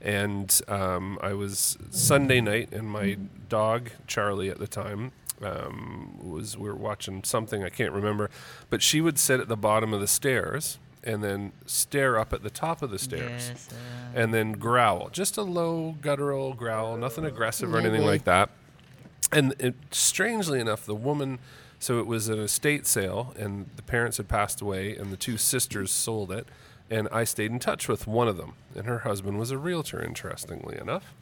D: and um, I was Sunday night, and my dog Charlie at the time um, was we were watching something I can't remember, but she would sit at the bottom of the stairs and then stare up at the top of the stairs
B: Yes, uh,
D: and then growl, just a low guttural growl, nothing aggressive or anything like that. And it, strangely enough, the woman, so it was an estate sale, and the parents had passed away, and the two sisters sold it, and I stayed in touch with one of them, and her husband was a realtor, interestingly enough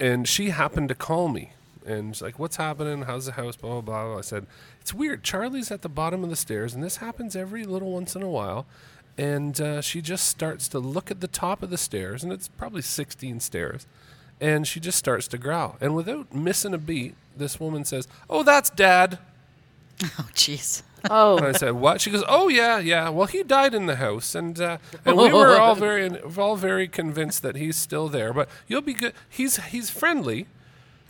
D: and she happened to call me and she's like what's happening how's the house blah blah blah i said it's weird charlie's at the bottom of the stairs and this happens every little once in a while and uh, she just starts to look at the top of the stairs and it's probably 16 stairs and she just starts to growl and without missing a beat this woman says oh that's dad
B: Oh, jeez.
D: and I said, "What?" She goes, "Oh yeah, yeah. Well, he died in the house, and uh, and we were all very all very convinced that he's still there. But you'll be good. He's he's friendly."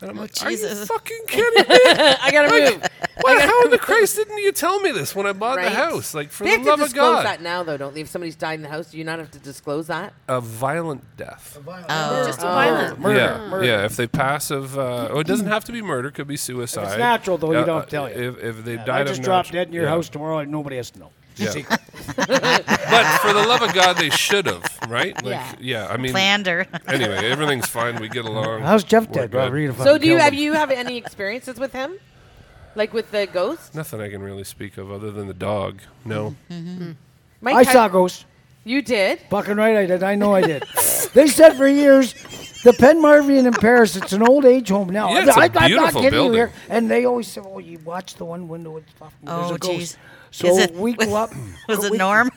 D: And I'm like, "Are you
B: Jesus."
D: fucking kidding me?
A: Oh, I gotta move.
D: Why, how in the Christ didn't you tell me this when I bought
A: Right.
D: the house? Like for
A: they
D: the
A: have to
D: love of
A: disclose
D: God,
A: that now, though, don't they? If somebody's died in the house, do you not have to disclose that?
D: a violent death."
C: just
A: Oh,
C: a violent.
D: yeah,
E: Murder.
D: yeah. If they passive, uh, oh, it doesn't have to be murder. Could be suicide. uh,
E: natural, though, you don't have to tell you.
D: If, if they died
E: I
D: of
E: just dropped
D: natural-
E: dead in your
D: yeah.
E: house tomorrow and nobody has to know.
D: Yeah. but for the love of God, they should have, right? Like,
C: Yeah.
D: yeah. I mean,
B: Plander.
D: anyway, everything's fine. We get along.
E: How's Jeff
D: We're
E: dead?
D: good.
E: Well, Rita
A: So
E: fucking
A: do you
E: killed
A: have
E: him.
A: you have any experiences with him, like with the ghost?
D: Nothing I can really speak of other than the dog. No.
A: My
E: I
A: cou-
E: saw ghosts.
A: You did.
E: Fucking right, I did. I know I did. they said for years, the Penmarvian in Paris, it's an old age home now.
D: Yeah, it's a
E: I, I'm not
D: beautiful
E: kidding
D: building.
E: you here. And they always say, well, you watch the one window, it's fucking, there's
B: Oh,
E: a
B: jeez.
E: ghost. So
B: Is it-
E: we go up.
B: Was it
E: we-
B: Norm?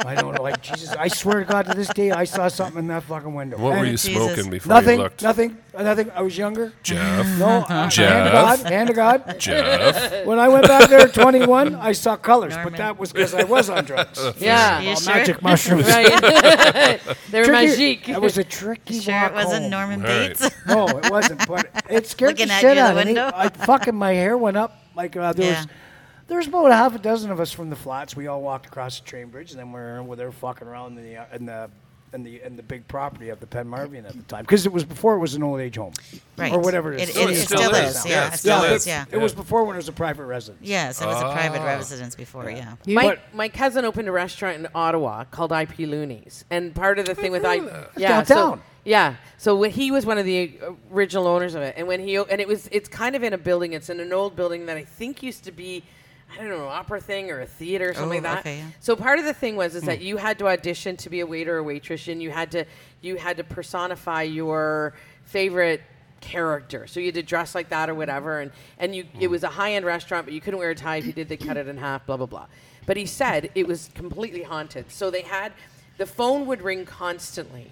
E: I don't know. Like, Jesus, I swear to God, to this day, I saw something in that fucking window.
D: What were
E: And
D: you
B: Jesus.
D: smoking before
E: Nothing,
D: you looked?
E: nothing, nothing. I was younger.
D: Jeff.
E: No, uh, hand
D: Jeff.
E: of God, hand of God.
D: Jeff.
E: When I went back there at 21, I saw colors, but
B: Norman.
E: that was because I was on drugs.
A: Yeah.
B: you
E: Well,
B: sure?
E: Magic mushrooms.
A: Right. They're
E: Tricky-
A: magique.
E: That was a tricky
B: Sure,
E: walk
B: it wasn't
E: home.
B: Norman
D: All right.
B: Bates.
E: No, it wasn't. But it scared
B: Looking
E: the
B: at
E: shit
B: you
E: out
B: out
E: of
B: the
E: me.
B: window.
E: I fucking my hair went up. Like uh, there
B: Yeah.
E: was, there was about a half a dozen of us from the flats. We all walked across the train bridge, and then we were, we were fucking around in the uh, in the in the in the big property of the Penmarvin at the time because it was before it was an old age home
B: Right.
E: or whatever it
B: It, it,
E: is.
D: Still
B: it
D: is.
B: still,
D: Still
B: is.
D: is.
B: Yeah,
D: Yeah,
B: it
D: still
B: still
D: is.
B: is. Yeah.
E: It was before when it was a private residence.
B: Yes, it was a private
D: Ah.
B: residence before. Yeah.
C: You-
A: my, my cousin opened a restaurant in Ottawa called IP Looney's, and part of the thing with I yeah
E: downtown.
A: So, yeah, so when he was one of the original owners of it, and when he o- and it was it's kind of in a building. It's in an old building that I think used to be. I don't know, an opera thing or a theater or something
B: Oh,
A: like that.
B: okay, yeah. Hmm.
A: So part of the thing was is that you had to audition to be a waiter or waitress, and you had to you had to personify your favorite character. So you had to dress like that or whatever, and and you
B: Hmm.
A: it was a high end restaurant, but you couldn't wear a tie. If you did, they cut it in half. Blah blah blah. But he said it was completely haunted. So they had the phone would ring constantly.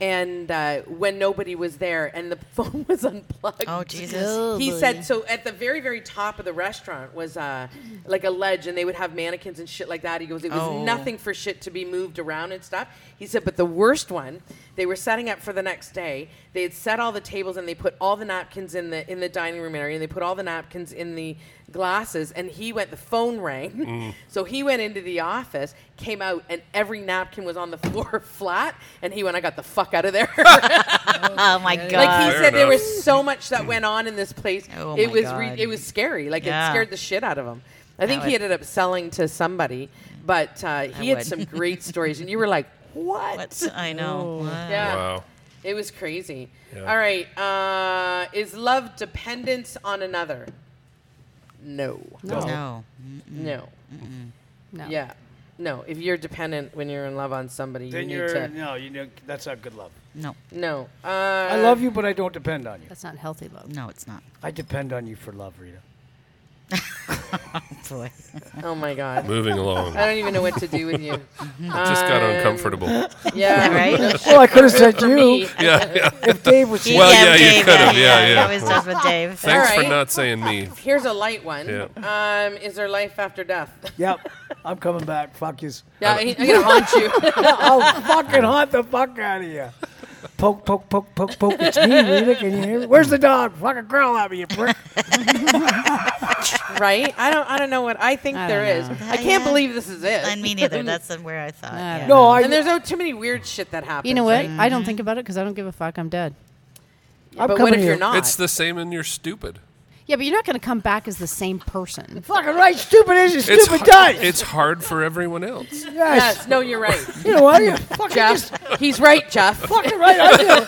A: And uh, when nobody was there, and the phone was unplugged.
B: Oh, Jesus.
A: He said so at the very very top of the restaurant was uh, like a ledge, and they would have mannequins and shit like that. He goes, it was
B: Oh.
A: nothing for shit to be moved around and stuff. He said, but the worst one, they were setting up for the next day. They had set all the tables and they put all the napkins in the in the dining room area, and they put all the napkins in the glasses, and he went. The phone rang, so he went into the office, came out, and every napkin was on the floor flat. And he went, "I got the fuck out of there."
B: Oh my god.
A: Like he
D: Fair
A: said, there
D: enough.
A: was so much that went on in this place.
B: Oh
A: it
B: my
A: was
B: God.
A: re- it was scary. Like it
B: Yeah.
A: scared the shit out of him. I think
B: I
A: he
B: would-
A: ended up selling to somebody, but uh, he had
B: would.
A: some great stories, and you were like, "What?"
B: What? I know. Wow.
A: Oh. Yeah,
D: Wow.
A: it was crazy.
D: Yeah.
A: All right, uh, is love dependence on another? No,
C: No.
B: No.
A: no,
C: No.
A: yeah, no. If you're dependent when you're in love on somebody,
E: Then
A: you
E: you're
A: need to
E: no, you know that's not good love.
B: No.
A: no. Uh,
E: I love you, but I don't depend on you.
C: That's not healthy love.
B: No, it's not.
E: I depend on you for love, Rita.
B: Boy.
A: Oh my god,
D: Moving along.
A: I don't even know what to do with you.
D: Just got
A: Um,
D: uncomfortable.
A: Yeah,
B: right?
E: Well, I could have said
A: For
E: you
A: me,
D: yeah, yeah.
E: if Dave was.
B: She
D: Well,
B: gave
D: yeah, you
B: Dave that,
D: could've, yeah, yeah.
B: I was just with Dave.
D: Thanks for
A: Alright.
D: not saying me.
A: Here's a light one.
D: Yeah.
A: Um, is there life after death?
E: yep, I'm coming back. Fuck you.
A: Yeah, I- I'm gonna haunt you.
E: I'll fucking haunt the fuck out of you. Poke, poke, poke, poke, poke. It's me, Rita. Can you hear me? Where's the dog? Fucking growl at me, you prick.
A: right? I don't. I don't know what I think
C: I
A: there is.
C: don't
A: I can't
B: Yeah.
A: believe this is it.
B: And me neither. That's where I thought.
C: I
B: yeah.
C: don't
E: No, I.
A: and there's oh, too many weird shit that happens.
C: You know what?
A: right?
C: I don't think about it because I don't give a fuck. I'm dead.
E: I'm
A: but what
E: coming
A: if you're
E: here.
A: not?
D: It's the same in your stupid.
C: Yeah, but you're not going to come back as the same person.
E: fucking right. Stupid is you.
D: It's
E: Stupid
D: har-
E: dies.
D: It's hard for everyone else.
E: yes.
A: yes. No, you're right,
E: You know what? You fucking just
A: Jeff. He's right, Jeff.
E: fucking right. I feel,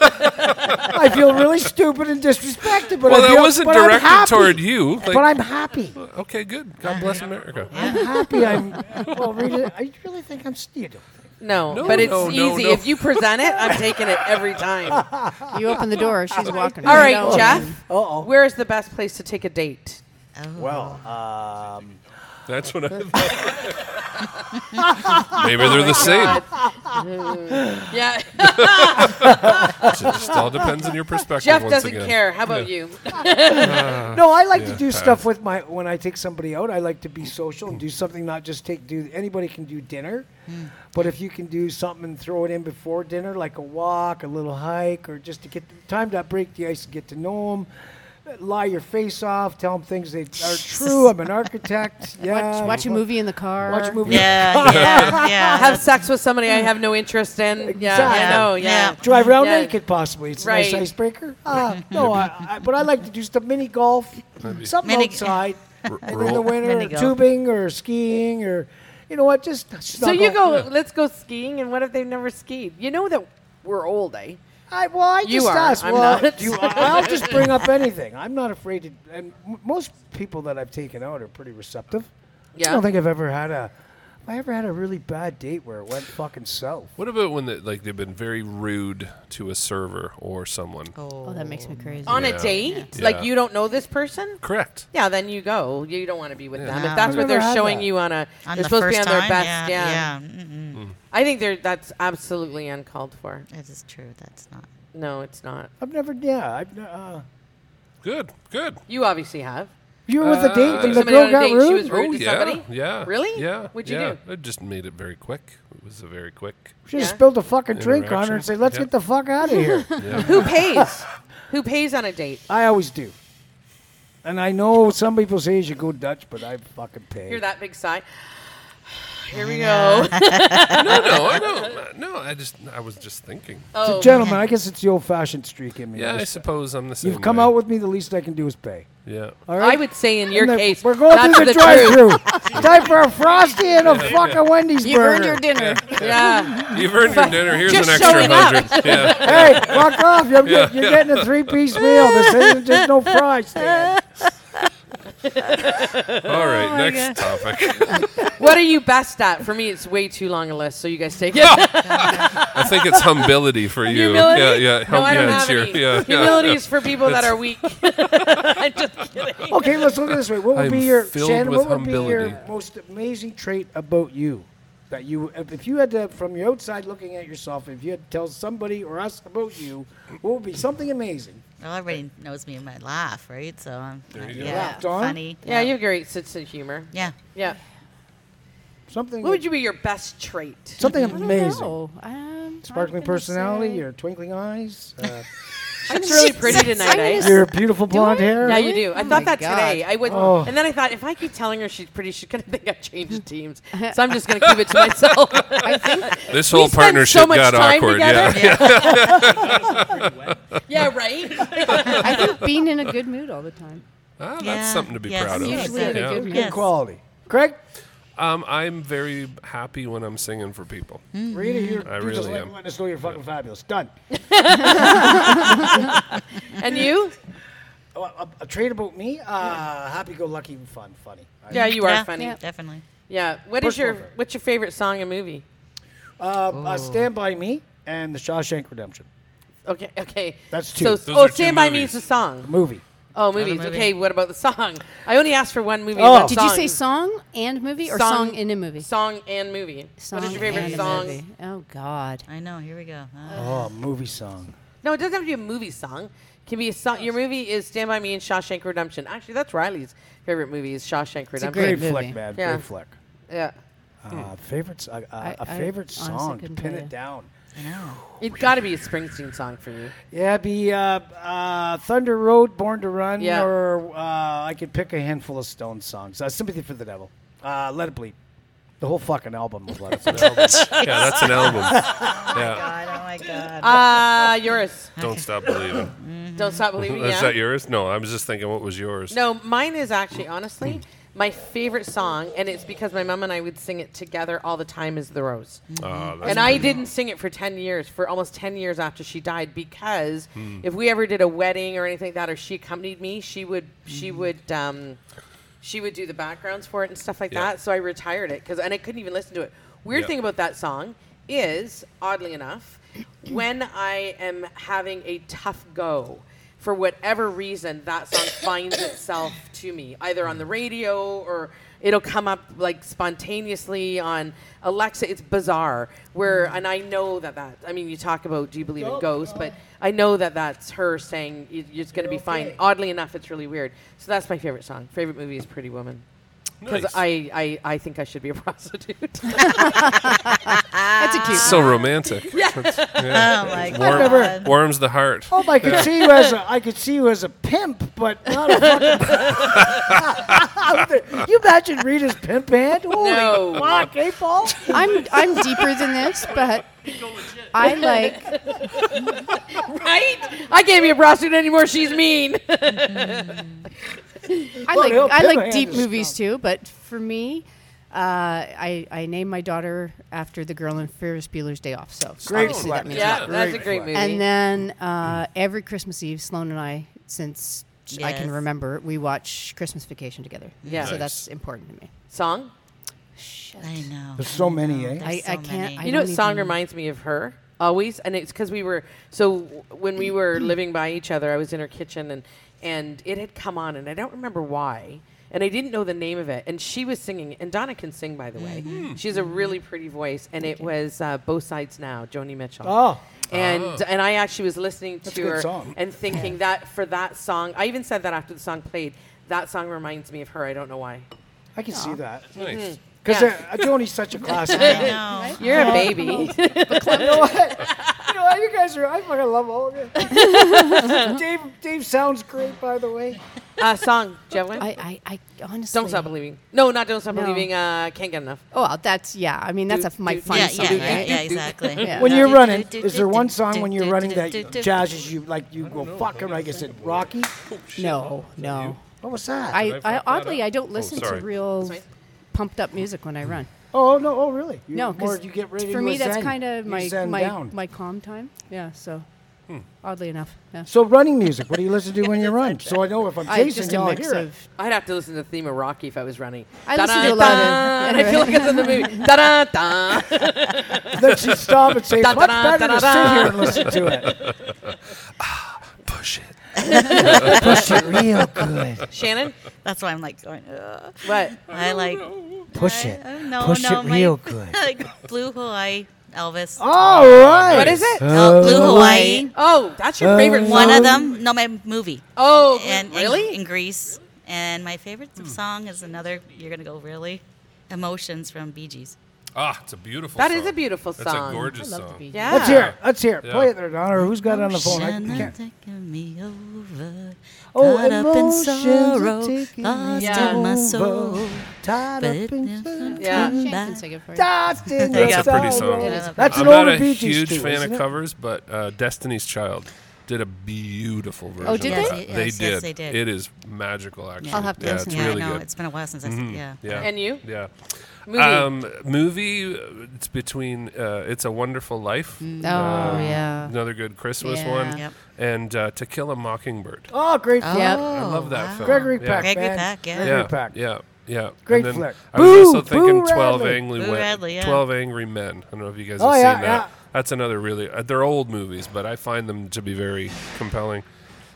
E: I feel really stupid and disrespected, but
D: Well,
E: I
D: that
E: feel,
D: wasn't
E: but I'm
D: directed
E: happy.
D: toward you.
E: But
D: Like,
E: I'm happy.
D: okay, good. God bless America.
E: I'm happy. I'm. Well, Rita, I really think I'm stupid.
A: No,
D: No,
A: but it's
D: no, no,
A: easy.
D: no.
A: If you present it, I'm taking it every time. All
C: You open the door, she's walking.
A: right,
C: You know?
A: Jeff.
E: Uh-oh.
A: Where is the best place to take a date?
E: Well, um,
D: That's what I thought. Maybe they're the same.
A: Yeah,
D: It just all depends on your perspective.
A: Jeff
D: once
A: doesn't
D: again.
A: care. How about you?
E: no, I like
D: Yeah,
E: to do
D: pass.
E: stuff with my when I take somebody out. I like to be social and do something, not just take. Do anybody can do dinner, but if you can do something and throw it in before dinner, like a walk, a little hike, or just to get time to break the ice and get to know them. Lie your face off. Tell them things they are true. I'm an architect. Yeah.
C: Watch a movie in the car.
E: Watch a movie.
B: Yeah, yeah, yeah.
A: Have sex with somebody I have no interest in. Yeah, I
E: Exactly.
A: know. Yeah.
B: Yeah.
E: Drive around
A: Yeah.
E: naked, possibly. It's a nice
A: Right.
E: icebreaker. Ah, no, I, I, but I like to do stuff mini golf, something
B: Mini-
E: outside,
D: R-
E: and in the
D: roll-
E: winter,
B: Mini
E: or
B: golf.
E: tubing or skiing or, you know what, just
A: So you
E: snuggle.
A: go. Let's go skiing. And what if they've never skied? You know that we're old, eh?
E: I, well, I
A: You
E: just
A: are.
E: asked.
A: I'm
E: well,
A: not.
E: do you, I'll just bring up anything. I'm not afraid to. And m- most people that I've taken out are pretty receptive. I
A: Yeah.
E: don't think I've ever had a. have I ever had a really bad date where it went fucking south.
D: What about when they, like they've been very rude to a server or someone?
C: Oh, that makes me crazy.
A: On
D: Yeah.
A: a date,
D: Yeah.
A: like
D: Yeah.
A: you don't know this person.
D: Correct.
A: Yeah, then you go. You don't want to be with them.
B: No.
A: If that's
E: I've
A: what
E: never
A: they're
E: had
A: showing
E: that.
A: you on a, they're
B: On the
A: supposed to
B: first
A: be on
B: time,
A: their best.
B: yeah, yeah. Mm, Mm-mm.
A: I think they're, that's absolutely uncalled for.
B: That is true. That's not.
A: No, it's not.
E: I've never. Yeah, I've. ne- Uh,
D: Good. Good.
A: You obviously have.
E: you were with a date and the
A: Uh, Somebody
E: girl
A: on a
E: got
A: date,
E: rude.
A: she was rude
D: oh
A: to
D: yeah.
A: somebody?
D: Yeah.
A: Really?
D: Yeah.
A: What'd you
D: yeah.
A: do?
D: It just made it very quick. It was a very quick.
E: She just
A: Yeah.
E: spilled a fucking drink on her
D: Interaction.
E: and said, "Let's
D: Yep.
E: get the fuck out of here."
A: Who pays? Who pays on a date?
E: I always do. And I know some people say you should go Dutch, but I fucking pay.
A: Hear that big sigh? Here we go.
D: no, no, I don't. No, I just I was just thinking.
A: Oh,
E: Gentlemen, I guess it's the old-fashioned streak in me.
D: yeah, I
E: Just-
D: suppose I'm the same.
E: you've come
D: way.
E: out with me. The least I can do is pay.
D: Yeah.
E: All right.
A: I would say in your
E: And the-
A: case,
E: we're going
A: that's
E: through the,
A: truth.
E: drive-through. Time for a frosty and a fucking Wendy's
C: You
E: burger.
C: earned your dinner.
A: Yeah.
D: You've earned your dinner. Here's
A: Just
D: an extra
A: showing up.
D: hundred. Yeah.
E: hey, fuck off! You're, get- you're getting a three-piece meal. This isn't just no fries. Dan.
D: All
A: Oh
D: right. next topic.
A: What are you best at? For me, it's way too long a list, so you guys take it.
D: I think it's humility for you.
A: Humility?
D: Yeah, yeah.
A: No,
D: hum-
A: I don't
D: yeah,
A: have
D: it's your-
A: any.
D: yeah, yeah,
A: Humility
D: yeah.
A: is for people that are weak. I'm just kidding.
E: Okay, let's look at it this way. What would
D: I'm
E: be your
D: filled
E: Shannon?
D: with
E: What would be your
D: humility.
E: most amazing trait about you that you, if if you had to, from your outside looking at yourself, if you had to tell somebody or us about you, what would be something amazing?
B: Well, everybody knows me in my laugh, right? So I'm
D: There you go.
B: yeah,
E: Laugh on?
B: funny.
A: Yeah, you have great sense of humor.
B: Yeah.
A: Yeah.
E: Something.
A: What would you be your best trait?
E: Something
C: I don't
E: amazing.
C: know. Um, I'm
E: Sparkling
C: gonna
E: personality,
C: say-
E: your twinkling eyes. Uh,
A: It's really pretty tonight, eh?
E: Your beautiful blonde hair.
A: Yeah, you do. I thought that
C: God.
A: today. I would,
E: Oh.
A: and then I thought if I keep telling her she's pretty, she's gonna think I changed teams. So I'm just gonna keep it to myself. I think
D: This
A: we
D: whole
A: spent
D: partnership
A: so much
D: got
A: time
D: awkward.
A: together.
D: Yeah.
A: yeah, right.
C: I think being in a good mood all the time.
D: Ah, that's
B: Yeah.
D: something to be
B: Yes,
D: proud of.
C: Usually in a
D: Yeah.
C: good
E: Good
C: mood.
B: Yes.
E: quality. Craig,
D: Um, I'm very happy when I'm singing for people.
A: Mm.
E: Rita, you're,
D: I
E: you're just
D: really
E: letting-
D: am.
E: letting us know you're fucking fabulous. Done.
A: And you?
E: Oh, a, a trait about me? Uh, happy-go-lucky, fun, funny. I-
A: Yeah, you are
B: yeah,
A: funny. Yeah.
B: Definitely.
A: What is
E: Personal
A: your
E: favorite.
A: what's your favorite song and movie?
E: Uh,
C: Oh.
E: uh, Stand by Me and The Shawshank Redemption
A: Okay, okay.
E: That's two.
A: So,
E: Those
A: oh,
D: are two
A: Stand by Me is
D: movies.
A: the song.
E: movie.
A: Oh, movies.
B: movie.
A: Okay, what about the song? I only asked for one movie.
E: Oh.
A: one
C: Did you say song and movie or song, in a movie?
A: Song and movie.
C: Song
A: what is your favorite
C: and a
A: song?
C: movie. Oh God.
B: I know. Here we go. Uh,
E: Oh, movie song.
A: No, it doesn't have to be a movie song. It can be a song. Your movie is Stand by Me and Shawshank Redemption. Actually, that's Riley's favorite movie is Shawshank Redemption.
C: a
E: Great,
C: Great movie. Hmm.
E: flick, man.
A: Yeah.
E: Great flick.
A: yeah,
E: Uh, favorites. Uh, uh,
C: I-
E: a
C: I
E: favorite
C: honestly
E: song. To
C: couldn't
E: pin
C: tell
E: it
C: you.
E: down.
B: I know.
A: it's got to be a Springsteen song for you.
E: Yeah, it'd be uh, uh, Thunder Road, Born to Run,
A: Yeah.
E: or uh, I could pick a handful of Stone songs. Uh, Sympathy for the Devil. Uh, Let It Bleed. The whole fucking album of Let It Bleed.
D: Yeah, that's an album. yeah.
B: God, oh my
A: Uh
B: God.
A: yours.
D: Don't stop believing.
C: Mm-hmm.
A: Don't stop believing.
D: Is
A: Mm, yeah.
D: that yours? No, I was just thinking what was yours.
A: No, mine is actually honestly my favorite song, and it's because my mom and I would sing it together all the time. Is the Rose.
D: Ah, that's
A: and I didn't sing it for 10 years, for almost 10 years after she died, because
D: Hmm.
A: if we ever did a wedding or anything like that, or she accompanied me, she would, she
D: Hmm.
A: would, um, she would do the backgrounds for it and stuff like
D: Yeah.
A: that. So I retired it because, and I couldn't even listen to it. Weird
D: Yeah.
A: thing about that song is, oddly enough, when I am having a tough go, for whatever reason, that song finds itself to me, either on the radio or it'll come up like spontaneously on Alexa. It's bizarre. Where and I know that that. I mean, you talk about do you believe in ghosts, but I know that that's her saying "You- it's going to be fine. Oddly enough, it's really weird. So that's my favorite song. Favorite movie is Pretty Woman. Because
D: Nice.
A: I, I, I think I should be a prostitute. Ah.
C: That's a cute.
D: so romantic.
B: oh my God.
D: Warm, warms the heart.
E: Oh, I could see you as a, I could see you as a pimp, but not a fucking. you imagine Rita's pimp hand? Holy
A: No.
E: fuck, eh, Paul?
C: I'm I'm deeper than this, but I like
A: right? I can't be a prostitute anymore. She's mean.
C: I
E: Well,
C: like
E: no,
C: I
E: Pinhead
C: like deep
E: is
C: movies too, but for me, uh, I I named my daughter after the girl in Ferris Bueller's Day Off. So
E: Great
C: obviously
E: flick.
C: that means a
A: yeah,
C: lot.
A: that's a great movie.
C: And then uh, every Christmas Eve, Sloan and I, since sh- I can
B: Yes.
C: remember, we watch Christmas Vacation together.
A: Yeah.
C: so
A: Nice.
C: that's important to me.
A: song?
B: I know.
E: There's so many, eh?
B: There's
C: I-
B: so
C: I can't-
B: many.
C: I
A: you know what
C: don't
A: song
C: even-
A: reminds me of her always and it's because we were so w- when we were living by each other i was in her kitchen and and it had come on and i don't remember why and i didn't know the name of it and she was singing and donna can sing by the way
C: Mm-hmm.
A: she has a really pretty voice and it was uh, both sides now joni mitchell
E: Oh.
A: and and I actually was listening to
E: a good
A: her
E: song.
A: and thinking that for that song, I even said that after the song played, that song reminds me of her. I don't know why.
E: I can see that.
D: Nice.
E: Because
A: Yeah.
E: uh, Joni's such a classic.
B: I
E: you
B: know.
A: You're a baby.
E: know what? You know what? You guys are. I fucking love all of you. Dave, Dave sounds great, by the way.
A: uh, song, do you have one?
C: I I, I honestly
A: don't stop believing. No, not don't stop
C: No.
A: believing. Uh, can't get enough.
C: Oh, well, that's yeah. I mean, that's a, f- my
A: Dude,
C: fun
B: yeah,
C: song,
B: yeah, yeah,
C: right?
B: yeah, exactly.
C: Yeah.
E: When you're
B: Do,
E: running,
B: do, do,
E: is there
B: do,
E: one
B: do,
E: song
B: do,
E: when
B: do,
E: you're
B: do,
E: running
B: do,
E: that
B: do, do.
E: jazzes you like you go fucking like I said Rocky?
C: No, no.
E: What was that?
C: I,
D: fuck
C: I
D: that
C: oddly
D: up?
C: I don't
D: Oh,
C: listen to
D: sorry.
C: real pumped up music when I run.
E: oh no! Oh really? You,
C: No,
E: more
C: because
E: you get ready
C: for
E: to
C: me that's
E: zen.
C: kind of
E: You
C: my
E: zen
C: my
E: down.
C: my calm time. Yeah, so
D: Hmm.
C: oddly enough, yeah.
E: So running music. What do you listen to when you run? So I know if I'm
C: I
E: chasing
C: just a
E: you, I'll
C: mix
E: hear it.
C: of
A: I'd have to listen to the theme of Rocky if I was running.
C: I listen to a lot of-
A: Da-da-da, and I feel like it's in the movie. Da da da.
E: Then she stop and say, "Much
A: Da-da-da,
E: better to sit
A: da-da-da."
E: here and listen to it."
D: Push it.
E: Push it real good.
A: Shannon,
B: That's why I'm like going. Ugh.
A: what?
B: I like.
E: Push
B: I-
E: it.
B: I- no,
E: Push
B: no,
E: it
B: my-
E: real good.
B: like Blue Hawaii, Elvis.
E: All right.
A: What is it?
B: No, Blue Hawaii.
A: Oh, that's your favorite
B: One
A: song?
B: of them. No, my movie.
A: Oh,
B: And in-
A: really?
B: in, Greece.
E: Hmm.
B: And my favorite song is another. You're gonna go really. Emotions from Bee Gees.
D: Ah, it's a beautiful
A: That
D: song.
A: is a beautiful
D: That's
A: song.
D: a gorgeous
C: I love the
D: song.
C: beach.
A: Yeah.
E: Let's hear it. Let's hear it.
D: Yeah.
E: Play it there, Donna. Who's got it on the phone? I
B: Emotions are
E: can't.
B: taking me over.
E: Oh,
B: Caught up in
E: emotions are
B: sorrow,
E: taking me
B: lost
E: Yeah.
B: in my
E: over.
B: soul.
E: Tied
B: But
E: up
B: it
E: in
A: Yeah.
B: never came
C: Shane can
B: back.
C: sing it for you.
E: That's
D: That's a pretty song.
E: That's
D: I'm
E: an
D: not
E: older
D: a
E: Bee Gees
D: huge
E: too,
D: fan
E: isn't
D: of
E: it?
D: covers, but uh, Destiny's Child did a beautiful version.
C: did
D: of
C: they?
D: that.
B: Yes,
D: they
B: yes,
D: did.
B: they did.
D: It is magical, actually.
C: I'll have to
D: yeah,
C: listen
D: it's
C: to
B: yeah,
D: really
B: I know.
D: good. Mm-hmm.
B: It's been a while since I've seen yeah.
D: Yeah.
A: And you?
D: Yeah.
A: Movie.
D: Um, movie. uh, It's between. Uh, it's a Wonderful Life.
C: Oh,
D: Um,
C: yeah.
D: Another good Christmas
C: Yeah.
D: one.
B: Yep.
D: And uh, To Kill a Mockingbird.
E: Oh, great.
B: Oh,
C: Yep.
D: I love that film.
E: Gregory
D: yeah.
E: Peck.
B: Gregory
E: man.
B: Peck, yeah.
E: Gregory
D: Yeah,
E: Peck.
D: yeah, yeah.
E: Great
D: and then
E: flick.
D: I was
E: Boo!
D: also thinking
E: Boo
D: Twelve
E: Radley.
D: Angry
B: Boo
D: Wo-
B: Radley, yeah.
D: Twelve Angry Men. I don't know if you guys
E: Oh,
D: have
E: yeah,
D: seen
E: yeah.
D: that. That's another really. Uh, they're old movies, but I find them to be very compelling.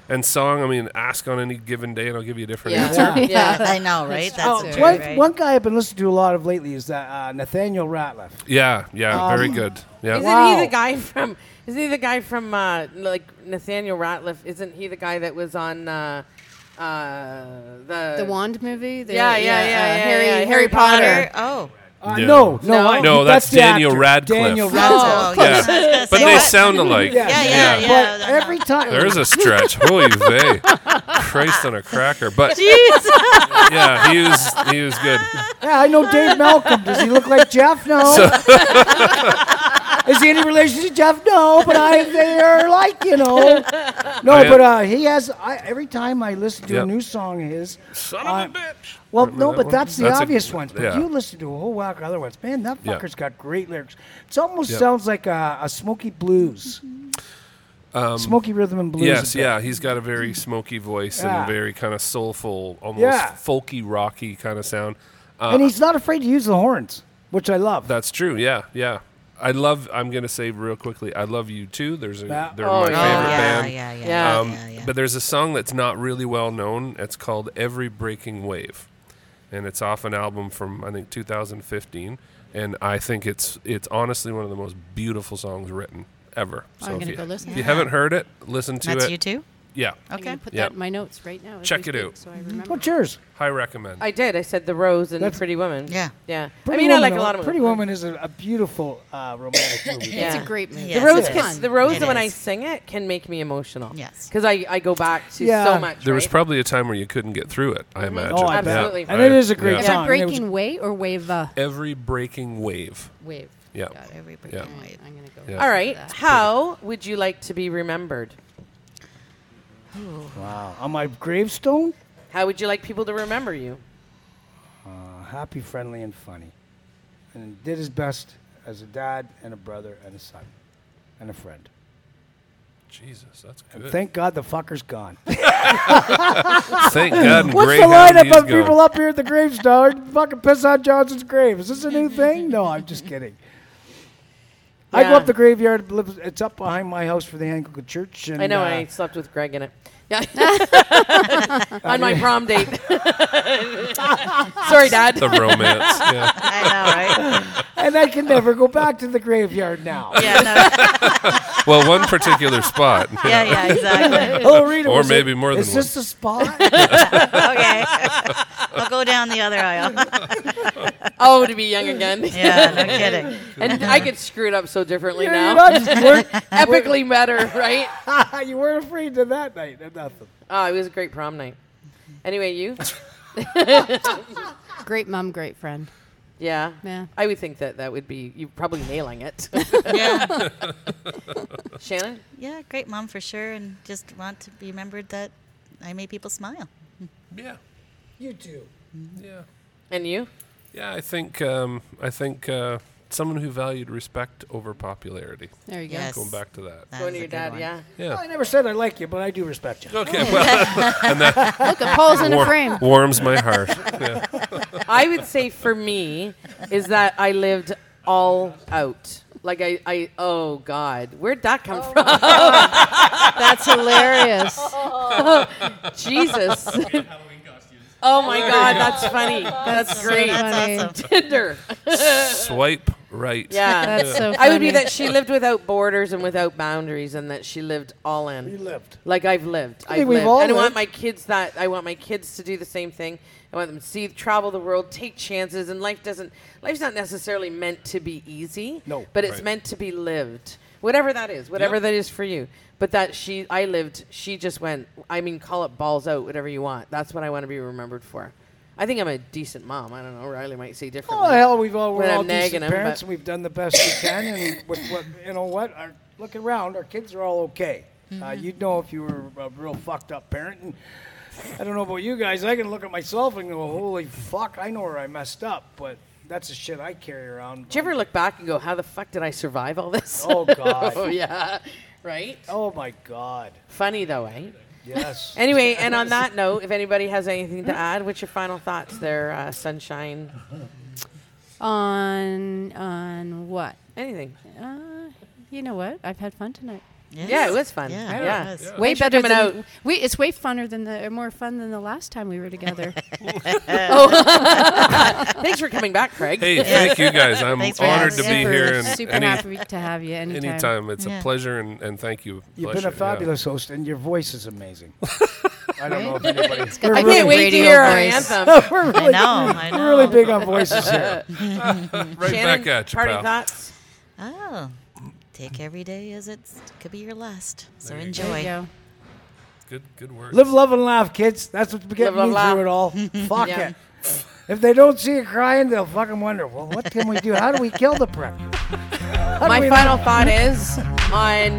D: And song, I mean, ask on any given day, and I'll give you a different
A: Yeah.
D: answer.
A: Yeah.
B: I know, right? That's
C: Oh, Peck.
B: it,
E: One,
B: right?
E: one guy I've been listening to a lot of lately is that uh, Nathaniel Ratliff.
D: Yeah, yeah,
E: Um,
D: very good. Yeah,
A: Isn't he
E: Wow.
A: the guy from? Isn't he the guy from uh, like Nathaniel Ratliff? Isn't he the guy that was on uh, uh, the
C: The Wand movie? The,
A: Yeah, yeah,
C: uh,
A: yeah, yeah,
C: Harry,
A: yeah,
C: Harry,
A: Harry
C: Potter.
B: Potter. Oh.
E: Uh,
D: Yeah.
E: No, no,
A: No.
E: I-
D: No, that's
E: the
D: Daniel
E: actor.
D: Radcliffe.
E: Daniel
D: Oh,
E: Radcliffe.
B: Oh, yeah. I was gonna
D: but
B: say,
D: they
B: what?
D: sound alike.
B: Yeah,
E: yeah,
B: yeah,
E: But
B: yeah. no,
E: every time
D: There's a stretch. Holy vey. Christ on a cracker. But
B: Jeez.
D: yeah, he was he was good.
E: Yeah, I know Dave Malcolm. Does he look like Jeff? No. Is he any relation to Jeff? No, but I they are like you know. No,
D: I, uh,
E: but uh, he has. I, every time I listen to
D: Yep.
E: a new song of his, uh,
D: Son
E: I-
D: of a bitch.
E: well,
D: Remember
E: no,
D: that
E: but
D: one?
E: that's the
D: That's a-
E: obvious ones. But
D: yeah.
E: you listen to a whole whack of other ones. Man, that
D: Yeah.
E: fucker's got great lyrics. It almost
D: Yeah.
E: sounds like a, a Smoky Blues. Smoky Rhythm and Blues. a
D: Um, Yes,
E: bit.
D: yeah, he's got a very smoky voice
E: Yeah.
D: and very kind of soulful, almost
E: Yeah.
D: folky, rocky kind of sound. Uh,
E: And he's not afraid to use the horns, which I love.
D: that's true. Yeah, yeah. I love. I'm gonna say real quickly. I love you too. There's a,
E: Yeah.
D: they're
A: Oh,
D: my
A: yeah.
D: favorite
B: Yeah,
D: band.
B: yeah, yeah.
A: Yeah.
D: Um,
B: yeah, yeah.
D: But there's a song that's not really well known. It's called Every Breaking Wave. And it's off an album from I think 2015. And I think it's it's honestly one of the most beautiful songs written ever.
C: I'm
D: if
C: gonna
D: you,
C: go listen
D: If
C: to
D: you
C: that.
D: haven't heard it, listen to
B: That's
D: it.
B: you too?
D: Yeah.
C: I'm going
B: Okay.
C: to put
D: Yeah.
C: that in my notes right now. as
D: Check
C: we
D: it
C: speak,
D: out.
C: So I remember.
E: What's yours?
D: High recommend.
A: I did. I said the Rose and
E: That's-
A: Pretty Woman.
B: Yeah.
A: yeah. I
E: Pretty
A: mean,
E: Woman,
A: I like a lot of
E: Pretty
A: movies.
E: Woman is a, a beautiful uh, romantic movie.
A: Yeah.
C: It's a great movie.
B: Yes,
A: The Rose,
B: it
A: can-
B: is.
A: the Rose.
B: It
A: when I
B: is.
A: sing it, can make me emotional.
B: Yes.
A: because I, I go back to
E: Yeah.
A: so much.
D: there was
A: right?
D: probably a time where you couldn't get through it, I imagine.
E: Oh, I
D: Yeah.
E: bet.
A: Absolutely.
E: And it is a great
D: Yeah.
C: Is
E: song.
C: that
E: and it was-
C: breaking wave or wave? Uh,
D: Every breaking wave.
C: wave.
D: Yeah.
C: Got it.
B: Every breaking
D: Yeah.
C: All right,
B: wave.
C: I'm going to go.
D: Yeah.
A: All right. How would you like to be remembered?
E: Wow. On my gravestone?
A: How would you like people to remember you?
E: Uh, happy, friendly, and funny. And did his best as a dad and a brother and a son and a friend.
D: Jesus, that's
E: And
D: good.
E: thank God the fucker's gone.
D: Thank God. and
E: What's the
D: Greyhound,
E: lineup
D: he's
E: of people
D: gone.
E: up here at the gravestone? Fucking piss on Johnson's grave. Is this a new thing? No, I'm just kidding. I go
A: Yeah.
E: up the graveyard. live- It's up behind my house for the Anglican Church. And,
A: I know
E: uh,
A: I slept with Greg in it. Yeah. On my prom date. Sorry, Dad.
D: The romance. Yeah.
B: I know, right?
E: and I can never go back to the graveyard now.
B: Yeah, no,
D: Well, one particular spot.
B: yeah, yeah, exactly.
E: Oh, Rita,
D: Or
E: was it-
D: maybe more than
E: Is this the spot?
B: Okay. I'll go down the other aisle.
A: Oh, to be young again.
B: Yeah, no kidding.
A: And I could screw it up so differently
E: Yeah,
A: now.
E: you know, you
A: Epically better, right?
E: weren't- you weren't afraid to that night. of Nothing.
A: Oh, it was a great prom night. Anyway, you?
C: Great mom, great friend.
A: Yeah.
C: Yeah.
A: I would think that that would be you probably nailing it.
B: Yeah.
A: Shannon?
B: Yeah, great mom for sure. And just want to be remembered that I made people smile.
D: Yeah.
E: You too.
D: Yeah.
A: And you?
D: Yeah, I think um, I think uh, someone who valued respect over popularity.
C: There you go.
B: Yes.
D: Going back to that.
B: That
A: Going
B: is
A: to your
B: a good
A: dad,
B: one.
A: yeah.
E: I
D: Yeah.
E: never said I like you, but I do respect you.
D: Okay. Well, and that
C: Look, a pole's in a
D: war-
C: frame.
D: warms my heart. Yeah.
A: I would say for me is that I lived all out. Like I, I oh God, where'd that come from?
C: That's hilarious.
A: Jesus.
G: Halloween costumes.
A: Oh my God, that's funny. That's great.
C: Funny.
B: That's awesome.
A: Tinder.
D: Swipe right.
A: Yeah.
C: That's so. Funny.
A: I would be that she lived without borders and without boundaries, and that she lived all in.
E: You lived.
A: Like I've lived.
E: think
A: I've
E: we've
A: lived.
E: all
A: And I want
E: lived.
A: my kids that. I want my kids to do the same thing. I want them to see, travel the world, take chances, and life doesn't. Life's not necessarily meant to be easy.
E: No.
A: But it's
D: Right.
A: meant to be lived. Whatever that is, whatever
D: Yep.
A: that is for you. But that she, I lived. She just went. I mean, call it balls out, whatever you want. That's what I want to be remembered for. I think I'm a decent mom. I don't know. Riley might say differently.
E: Oh hell, we've all we're
A: When I'm
E: all
A: nagging
E: decent
A: 'em,
E: parents,
A: but-
E: and we've done the best we can, and with what you know what, our, look around, our kids are all okay. Uh, you'd know if you were a real fucked up parent, and I don't know about you guys. I can look at myself and go, holy fuck, I know where I messed up, but that's the shit I carry around.
A: Did you ever look back and go, how the fuck did I survive all this?
E: Oh
A: Oh,
E: god.
A: yeah. Right?
E: oh my god.
A: Funny, though, eh?
E: Yes.
A: Anyway, and on that note, if anybody has anything to add, what's your final thoughts there, uh, Sunshine?
C: On on what?
A: Anything.
C: Uh, you know what? I've had fun tonight.
A: Yeah, it was fun.
B: Yeah, it
A: Yeah.
B: was.
D: Uh,
A: Yeah.
C: Way
A: Thanks for
C: better
A: coming
C: than
A: out.
C: we. It's way funner than the or more fun than the last time we were together.
A: Thanks for coming back, Craig.
D: Hey, thank you guys. I'm
B: Thanks for
D: honored
B: having
D: to
B: us.
D: be
C: super,
D: here and
C: super
D: any,
C: happy to have you anytime.
D: anytime. It's
B: Yeah.
D: a pleasure and, and thank you.
E: You've
D: Pleasure,
E: been a
D: yeah.
E: fabulous host, and your voice is amazing. I don't know if
C: Right?
E: anybody.
C: It's got
A: I
C: that
A: can't
C: good
A: wait to
C: radio
A: hear our
C: voice.
A: anthem.
E: We're really,
B: I know. I know.
E: we're really big on voices here.
D: Right
A: Shannon,
D: back at you,
A: party
D: pal.
A: thoughts?
B: Oh, take every day as it's could be your last. So
D: There you
C: There
B: enjoy.
C: you go.
D: Good, good work.
E: Live, love, and laugh, kids. That's what's getting
A: Live,
E: me
A: love,
E: through it all. Fuck
A: Yeah.
E: it. If they don't see you crying, they'll fucking wonder, well, what can we do? How do we kill the prick?
A: My final thought is on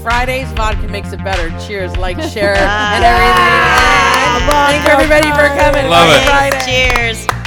A: Fridays, vodka makes it better. Cheers, like,
B: Ah.
A: share, and everything. Thank everybody for coming.
D: Love
A: Happy
D: it.
A: Friday.
B: Cheers.